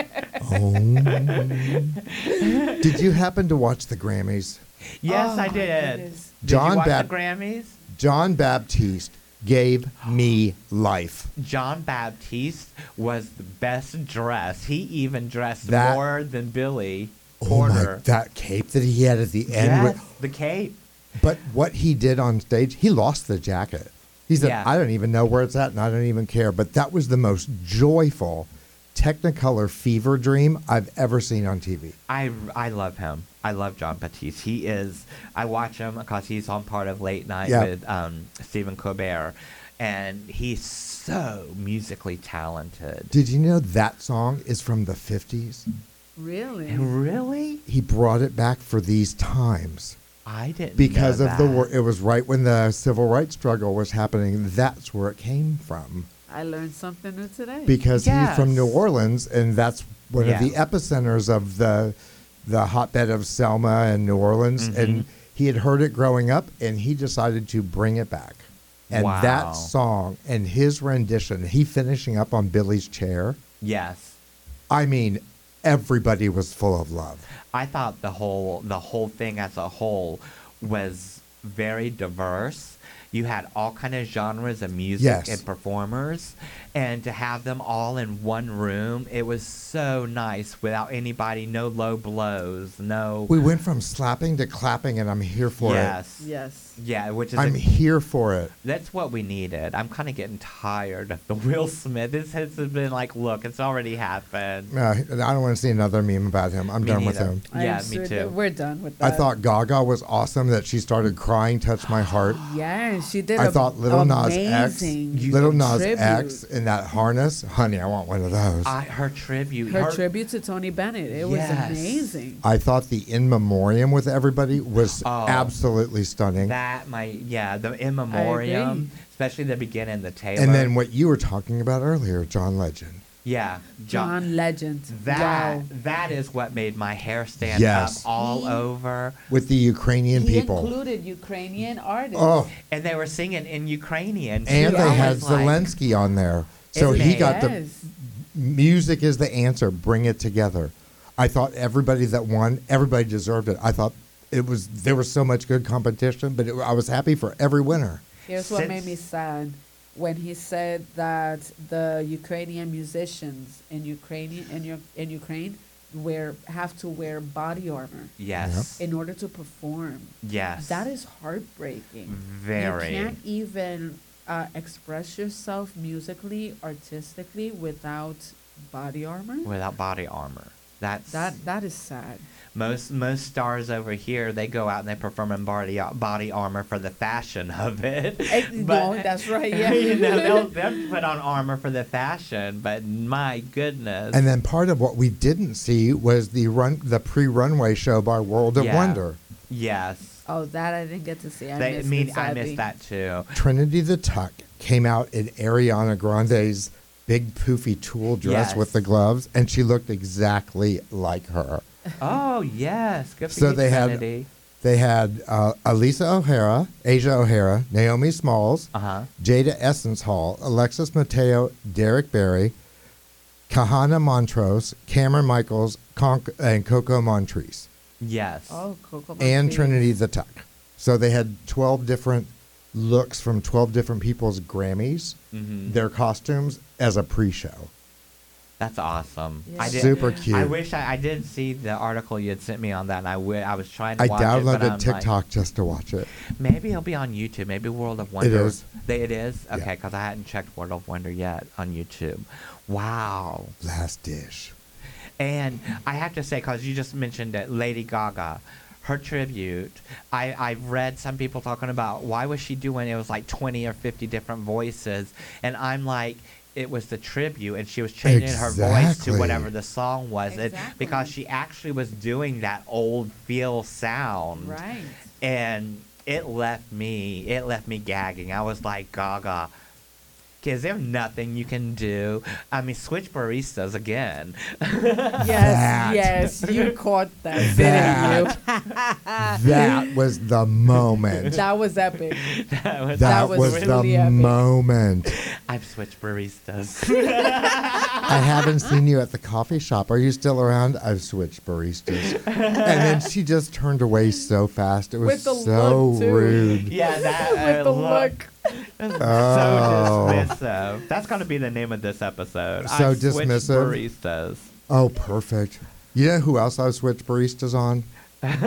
Speaker 4: Om. Did you happen to watch the Grammys?
Speaker 3: Yes,
Speaker 5: Oh,
Speaker 3: I
Speaker 5: my
Speaker 3: did.
Speaker 5: goodness.
Speaker 3: Did
Speaker 4: John
Speaker 3: you watch
Speaker 4: Bap-
Speaker 3: the Grammys?
Speaker 4: John Baptiste gave me life.
Speaker 3: John Baptiste was the best dressed. He even dressed
Speaker 4: That-
Speaker 3: more than Billy
Speaker 4: Oh my,
Speaker 3: Porter.
Speaker 4: that cape that he had at the end.
Speaker 3: yes,
Speaker 4: with-
Speaker 3: the cape.
Speaker 4: But what he did on stage, he lost the jacket. He said,
Speaker 3: Yeah.
Speaker 4: I don't even know where it's at and I don't even care. But that was the most joyful Technicolor fever dream I've ever seen on TV.
Speaker 3: I I love him. I love John Baptiste. He is. I watch him because he's on part of Late Night
Speaker 4: Yeah.
Speaker 3: with um, Stephen Colbert, and he's so musically talented.
Speaker 4: Did you know that song is from the 50s?
Speaker 5: Really?
Speaker 3: Really?
Speaker 4: He brought it back for these times
Speaker 3: I didn't.
Speaker 4: because
Speaker 3: know
Speaker 4: of the
Speaker 3: that.
Speaker 4: war. It was right when the civil rights struggle was happening. That's where it came from.
Speaker 5: I learned something new today.
Speaker 4: because he's from New
Speaker 3: Yes.
Speaker 4: Orleans, and that's one
Speaker 3: Yeah.
Speaker 4: of the epicenters of the the hotbed of Selma and New Orleans.
Speaker 3: Mm-hmm.
Speaker 4: And he had heard it growing up, and he decided to bring it back. And
Speaker 3: Wow.
Speaker 4: that song and his rendition, he finishing up on Billy's chair.
Speaker 3: Yes.
Speaker 4: I mean, everybody was full of love.
Speaker 3: I thought the whole the whole thing as a whole was very diverse. You had all kind of genres of music
Speaker 4: Yes.
Speaker 3: and performers, and to have them all in one room, it was so nice. Without anybody, no low blows, no
Speaker 4: We went from slapping to clapping, and I'm here for
Speaker 3: yes,
Speaker 5: yes.
Speaker 3: yeah, which
Speaker 4: it.
Speaker 3: is
Speaker 4: I'm
Speaker 3: a-
Speaker 4: here for it.
Speaker 3: that's what we needed. I'm kind of getting tired of the Will Smith. This has been like, look, it's already happened.
Speaker 4: Uh, I don't want to see another meme about him. I'm
Speaker 3: Me
Speaker 4: done with
Speaker 3: neither.
Speaker 4: him.
Speaker 6: I
Speaker 3: Yeah,
Speaker 6: am
Speaker 3: me
Speaker 6: sure
Speaker 3: too.
Speaker 6: that We're done with
Speaker 4: I
Speaker 6: that.
Speaker 4: thought Gaga was awesome that she started crying, touched my heart.
Speaker 5: Yes, she did.
Speaker 4: I
Speaker 5: I
Speaker 4: thought Little Nas X,
Speaker 5: amazing
Speaker 4: Little Nas
Speaker 5: tribute.
Speaker 4: X in that harness, honey, I want one of those. I,
Speaker 3: I, her tribute,
Speaker 5: Her tribute to Tony Bennett. It
Speaker 3: Yes.
Speaker 5: was amazing.
Speaker 4: thought the in memoriam with everybody was
Speaker 3: Oh.
Speaker 4: absolutely stunning.
Speaker 3: That my yeah, the in memoriam, especially the beginning, the tail.
Speaker 4: and then what you were talking about earlier, John Legend.
Speaker 3: yeah, John.
Speaker 5: John Legend.
Speaker 3: That
Speaker 5: wow.
Speaker 3: that is what made my hair stand
Speaker 4: Yes.
Speaker 3: up all over,
Speaker 4: With the Ukrainian
Speaker 5: He
Speaker 4: people.
Speaker 5: included Ukrainian artists.
Speaker 4: oh,
Speaker 3: and they were singing in Ukrainian. too.
Speaker 4: and they
Speaker 3: I
Speaker 4: had
Speaker 3: was like,
Speaker 4: Zelensky on there. So
Speaker 3: Isn't
Speaker 4: he
Speaker 3: it?
Speaker 4: got the
Speaker 5: yes.
Speaker 4: music is the answer. Bring it together. I thought everybody that won, everybody deserved it. I thought it was there was so much good competition, but it, I was happy for every winner.
Speaker 5: Here's what made
Speaker 3: Since-
Speaker 5: me sad when he said that the Ukrainian musicians in Ukrainian in, U- in Ukraine wear have to wear body armor
Speaker 3: Yes.
Speaker 5: in order to perform.
Speaker 3: Yes.
Speaker 5: That is heartbreaking.
Speaker 3: very.
Speaker 5: You can't e-, even uh, express yourself musically, artistically without body armor.
Speaker 3: without body armor. That's
Speaker 5: That that is sad.
Speaker 3: most most stars over here. They go out and they perform in body body armor for the fashion of it.
Speaker 5: Eh, no, that's right. Yeah.
Speaker 3: you know, they'll, they'll put on armor for the fashion, but my goodness.
Speaker 4: And then part of what we didn't see was the run, the pre-runway show by World of
Speaker 3: Yeah.
Speaker 4: Wonder.
Speaker 3: yes.
Speaker 5: oh, that I didn't get to see. I
Speaker 3: They, I
Speaker 5: missed
Speaker 3: mean,
Speaker 5: it,
Speaker 3: I
Speaker 5: sadly.
Speaker 3: missed that too.
Speaker 4: Trinity the Tuck came out in Ariana Grande's big poofy tulle dress
Speaker 3: Yes.
Speaker 4: with the gloves, and she looked exactly like her.
Speaker 3: Oh, yes. Good for
Speaker 4: So
Speaker 3: you,
Speaker 4: they had-
Speaker 3: Trinity.
Speaker 4: They had uh, Alisa O'Hara, Asia O'Hara, Naomi Smalls,
Speaker 3: Uh huh.
Speaker 4: Jada Essence Hall, Alexis Mateo, Derek Barry, Kahana Montrose, Cameron Michaels, Con- and Coco Montrese.
Speaker 3: Yes.
Speaker 5: Oh, Coco.
Speaker 4: and
Speaker 5: Montrese.
Speaker 4: Trinity the Tuck. So they had 12 different looks from 12 different people's Grammys,
Speaker 3: Mhm.
Speaker 4: their costumes as a pre show.
Speaker 3: That's awesome. I
Speaker 5: Yeah.
Speaker 3: did.
Speaker 4: Super cute.
Speaker 3: I wish I, I did see the article you'd sent me on that, and I wi- I was trying to
Speaker 4: I
Speaker 3: watch it, but
Speaker 4: downloaded
Speaker 3: I'm like,
Speaker 4: TikTok just to watch it.
Speaker 3: Maybe it'll be on YouTube. Maybe World of Wonder.
Speaker 4: is.
Speaker 3: They, it is?
Speaker 4: Yeah.
Speaker 3: Okay, because I hadn't checked World of Wonder yet on YouTube. Wow.
Speaker 4: Last dish.
Speaker 3: And I have to say, because you just mentioned it, Lady Gaga, her tribute. I, I've read some people talking about why was she doing it was like 20 or 50 different voices. And I'm like, it was the tribute, and she was changing her voice to
Speaker 4: Exactly.
Speaker 3: whatever the song was. It- because
Speaker 5: Exactly.
Speaker 3: she actually was doing that old feel sound
Speaker 5: Right.
Speaker 3: and it left me it left me gagging i was like gaga is there nothing you can do i mean switch baristas again
Speaker 4: That.
Speaker 5: Yes, yes, you caught that, didn't
Speaker 4: That.
Speaker 5: you?
Speaker 4: That was the moment. that
Speaker 5: Uh, That was epic.
Speaker 3: that was,
Speaker 5: that was
Speaker 4: was, the
Speaker 5: really epic.
Speaker 4: moment.
Speaker 3: i've switched baristas
Speaker 4: I haven't seen you at the coffee shop. Are you still around? I've switched baristas. and then she just turned away so fast. It was
Speaker 5: With the
Speaker 4: so
Speaker 5: look, too.
Speaker 4: rude.
Speaker 3: yeah that
Speaker 5: With
Speaker 3: uh,
Speaker 5: the
Speaker 3: look,
Speaker 5: look.
Speaker 3: is
Speaker 4: Oh.
Speaker 3: so dismissive that's gonna be the name of this episode
Speaker 4: So
Speaker 3: I've switched
Speaker 4: dismissive.
Speaker 3: baristas
Speaker 4: Oh, perfect. You know who else I've switched baristas on?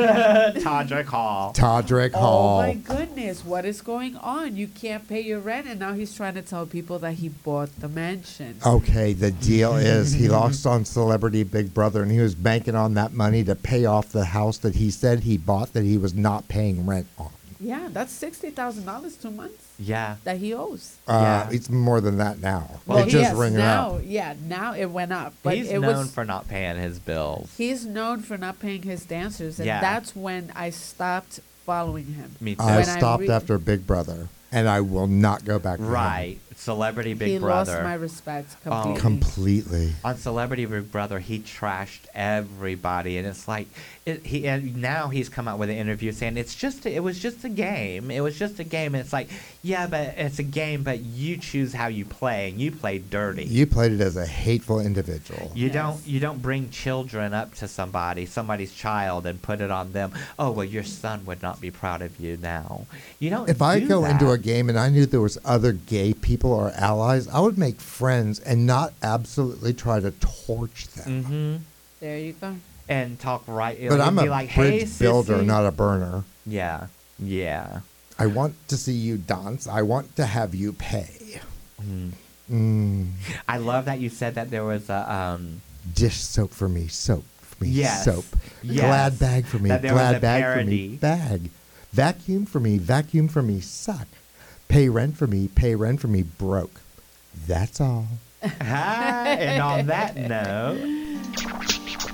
Speaker 3: todrick hall
Speaker 4: Todrick
Speaker 5: Oh
Speaker 4: Hall.
Speaker 5: my goodness, what is going on? You can't pay your rent, and now he's trying to tell people that he bought the mansion.
Speaker 4: Okay, the deal is he lost on Celebrity Big Brother and he was banking on that money to pay off the house that he said he bought that he was not paying rent on.
Speaker 5: Yeah, that's sixty thousand dollars two months
Speaker 3: Yeah.
Speaker 5: that he owes.
Speaker 4: Uh,
Speaker 3: Yeah.
Speaker 4: It's more than that now.
Speaker 3: Well,
Speaker 4: it
Speaker 5: he
Speaker 4: just
Speaker 5: has
Speaker 4: ran
Speaker 5: now,
Speaker 4: out.
Speaker 5: yeah, now it went up, but
Speaker 3: he's
Speaker 5: it
Speaker 3: known
Speaker 5: was
Speaker 3: for not paying his bills.
Speaker 5: he's known for not paying his dancers, and
Speaker 3: Yeah.
Speaker 5: that's when I stopped following him.
Speaker 3: Me too.
Speaker 4: I
Speaker 5: When I
Speaker 4: stopped
Speaker 5: re-
Speaker 4: after Big Brother, and I will not go back. to him.
Speaker 3: right. Celebrity Big
Speaker 5: he
Speaker 3: Brother.
Speaker 5: lost my respect
Speaker 3: Oh.
Speaker 5: completely.
Speaker 4: Completely.
Speaker 3: on Celebrity Big Brother, he trashed everybody, and it's like it, he and now he's come out with an interview saying it's just it was just a game, it was just a game, and it's like yeah, but it's a game, but you choose how you play, and you play dirty.
Speaker 4: You played it as a hateful individual.
Speaker 3: You
Speaker 5: Yes.
Speaker 3: don't you don't bring children up to somebody, somebody's child, and put it on them. Oh well, your son would not be proud of you now. You don't.
Speaker 4: If I
Speaker 3: do
Speaker 4: go into a
Speaker 3: that.
Speaker 4: game and I knew there was other gay people or allies, I would make friends and not absolutely try to torch them.
Speaker 3: Mhm.
Speaker 5: There you go.
Speaker 3: and talk right,
Speaker 4: But I'm
Speaker 3: be
Speaker 4: a
Speaker 3: like,
Speaker 4: bridge
Speaker 3: hey,
Speaker 4: builder,
Speaker 3: sissy."
Speaker 4: not a burner.
Speaker 3: yeah, yeah.
Speaker 4: I want to see you dance. I want to have you pay. Mm.
Speaker 3: I love that you said that there was a um,
Speaker 4: Dish soap for me. Soap for me.
Speaker 3: Yes.
Speaker 4: Soap.
Speaker 3: Yes.
Speaker 4: Glad bag for me.
Speaker 3: That there was
Speaker 4: Glad
Speaker 3: a
Speaker 4: bag for
Speaker 3: parody.
Speaker 4: me. Bag. Vacuum for me. Vacuum for me. Suck. Pay rent for me. Pay rent for me. Broke. That's all.
Speaker 3: Hi, and on that note,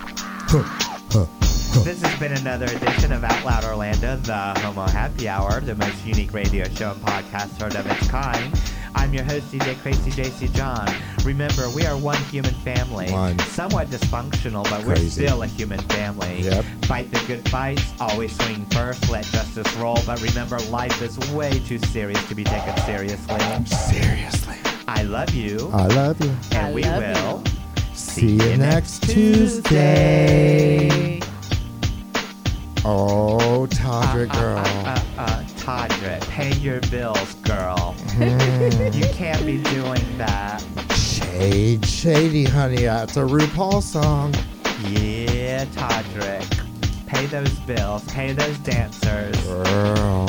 Speaker 3: this has been another edition of Out Loud Orlando, the Homo Happy Hour, the most unique radio show and podcast heard of its kind. I'm your host, DJ Crazy JC John. Remember, we are one human family.
Speaker 4: One.
Speaker 3: Somewhat dysfunctional, but we're
Speaker 4: Crazy.
Speaker 3: still a human family.
Speaker 4: Yep.
Speaker 3: Fight the good fights, always swing first, let justice roll, but remember, life is way too serious to be taken seriously.
Speaker 4: Seriously.
Speaker 3: I love you,
Speaker 4: I love you.
Speaker 3: and
Speaker 5: Uh, I
Speaker 3: we
Speaker 5: love
Speaker 3: will.
Speaker 5: you.
Speaker 4: See you next Tuesday. Oh, Todrick girl.
Speaker 3: Uh, uh, Todrick, pay your bills, girl.
Speaker 5: Mm.
Speaker 3: you can't be doing that.
Speaker 4: Shade, shady, honey. That's a RuPaul song.
Speaker 3: Yeah, Todrick. Pay those bills, pay those dancers,
Speaker 4: Girl.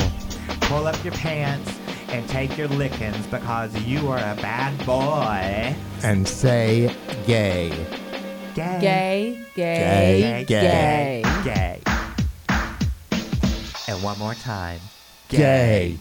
Speaker 3: pull up your pants, and take your lickings because you are a bad boy.
Speaker 4: And say gay.
Speaker 3: Gay.
Speaker 5: Gay,
Speaker 4: Gay,
Speaker 5: gay,
Speaker 4: gay.
Speaker 5: gay.
Speaker 3: Gay. And one more time.
Speaker 4: Gay.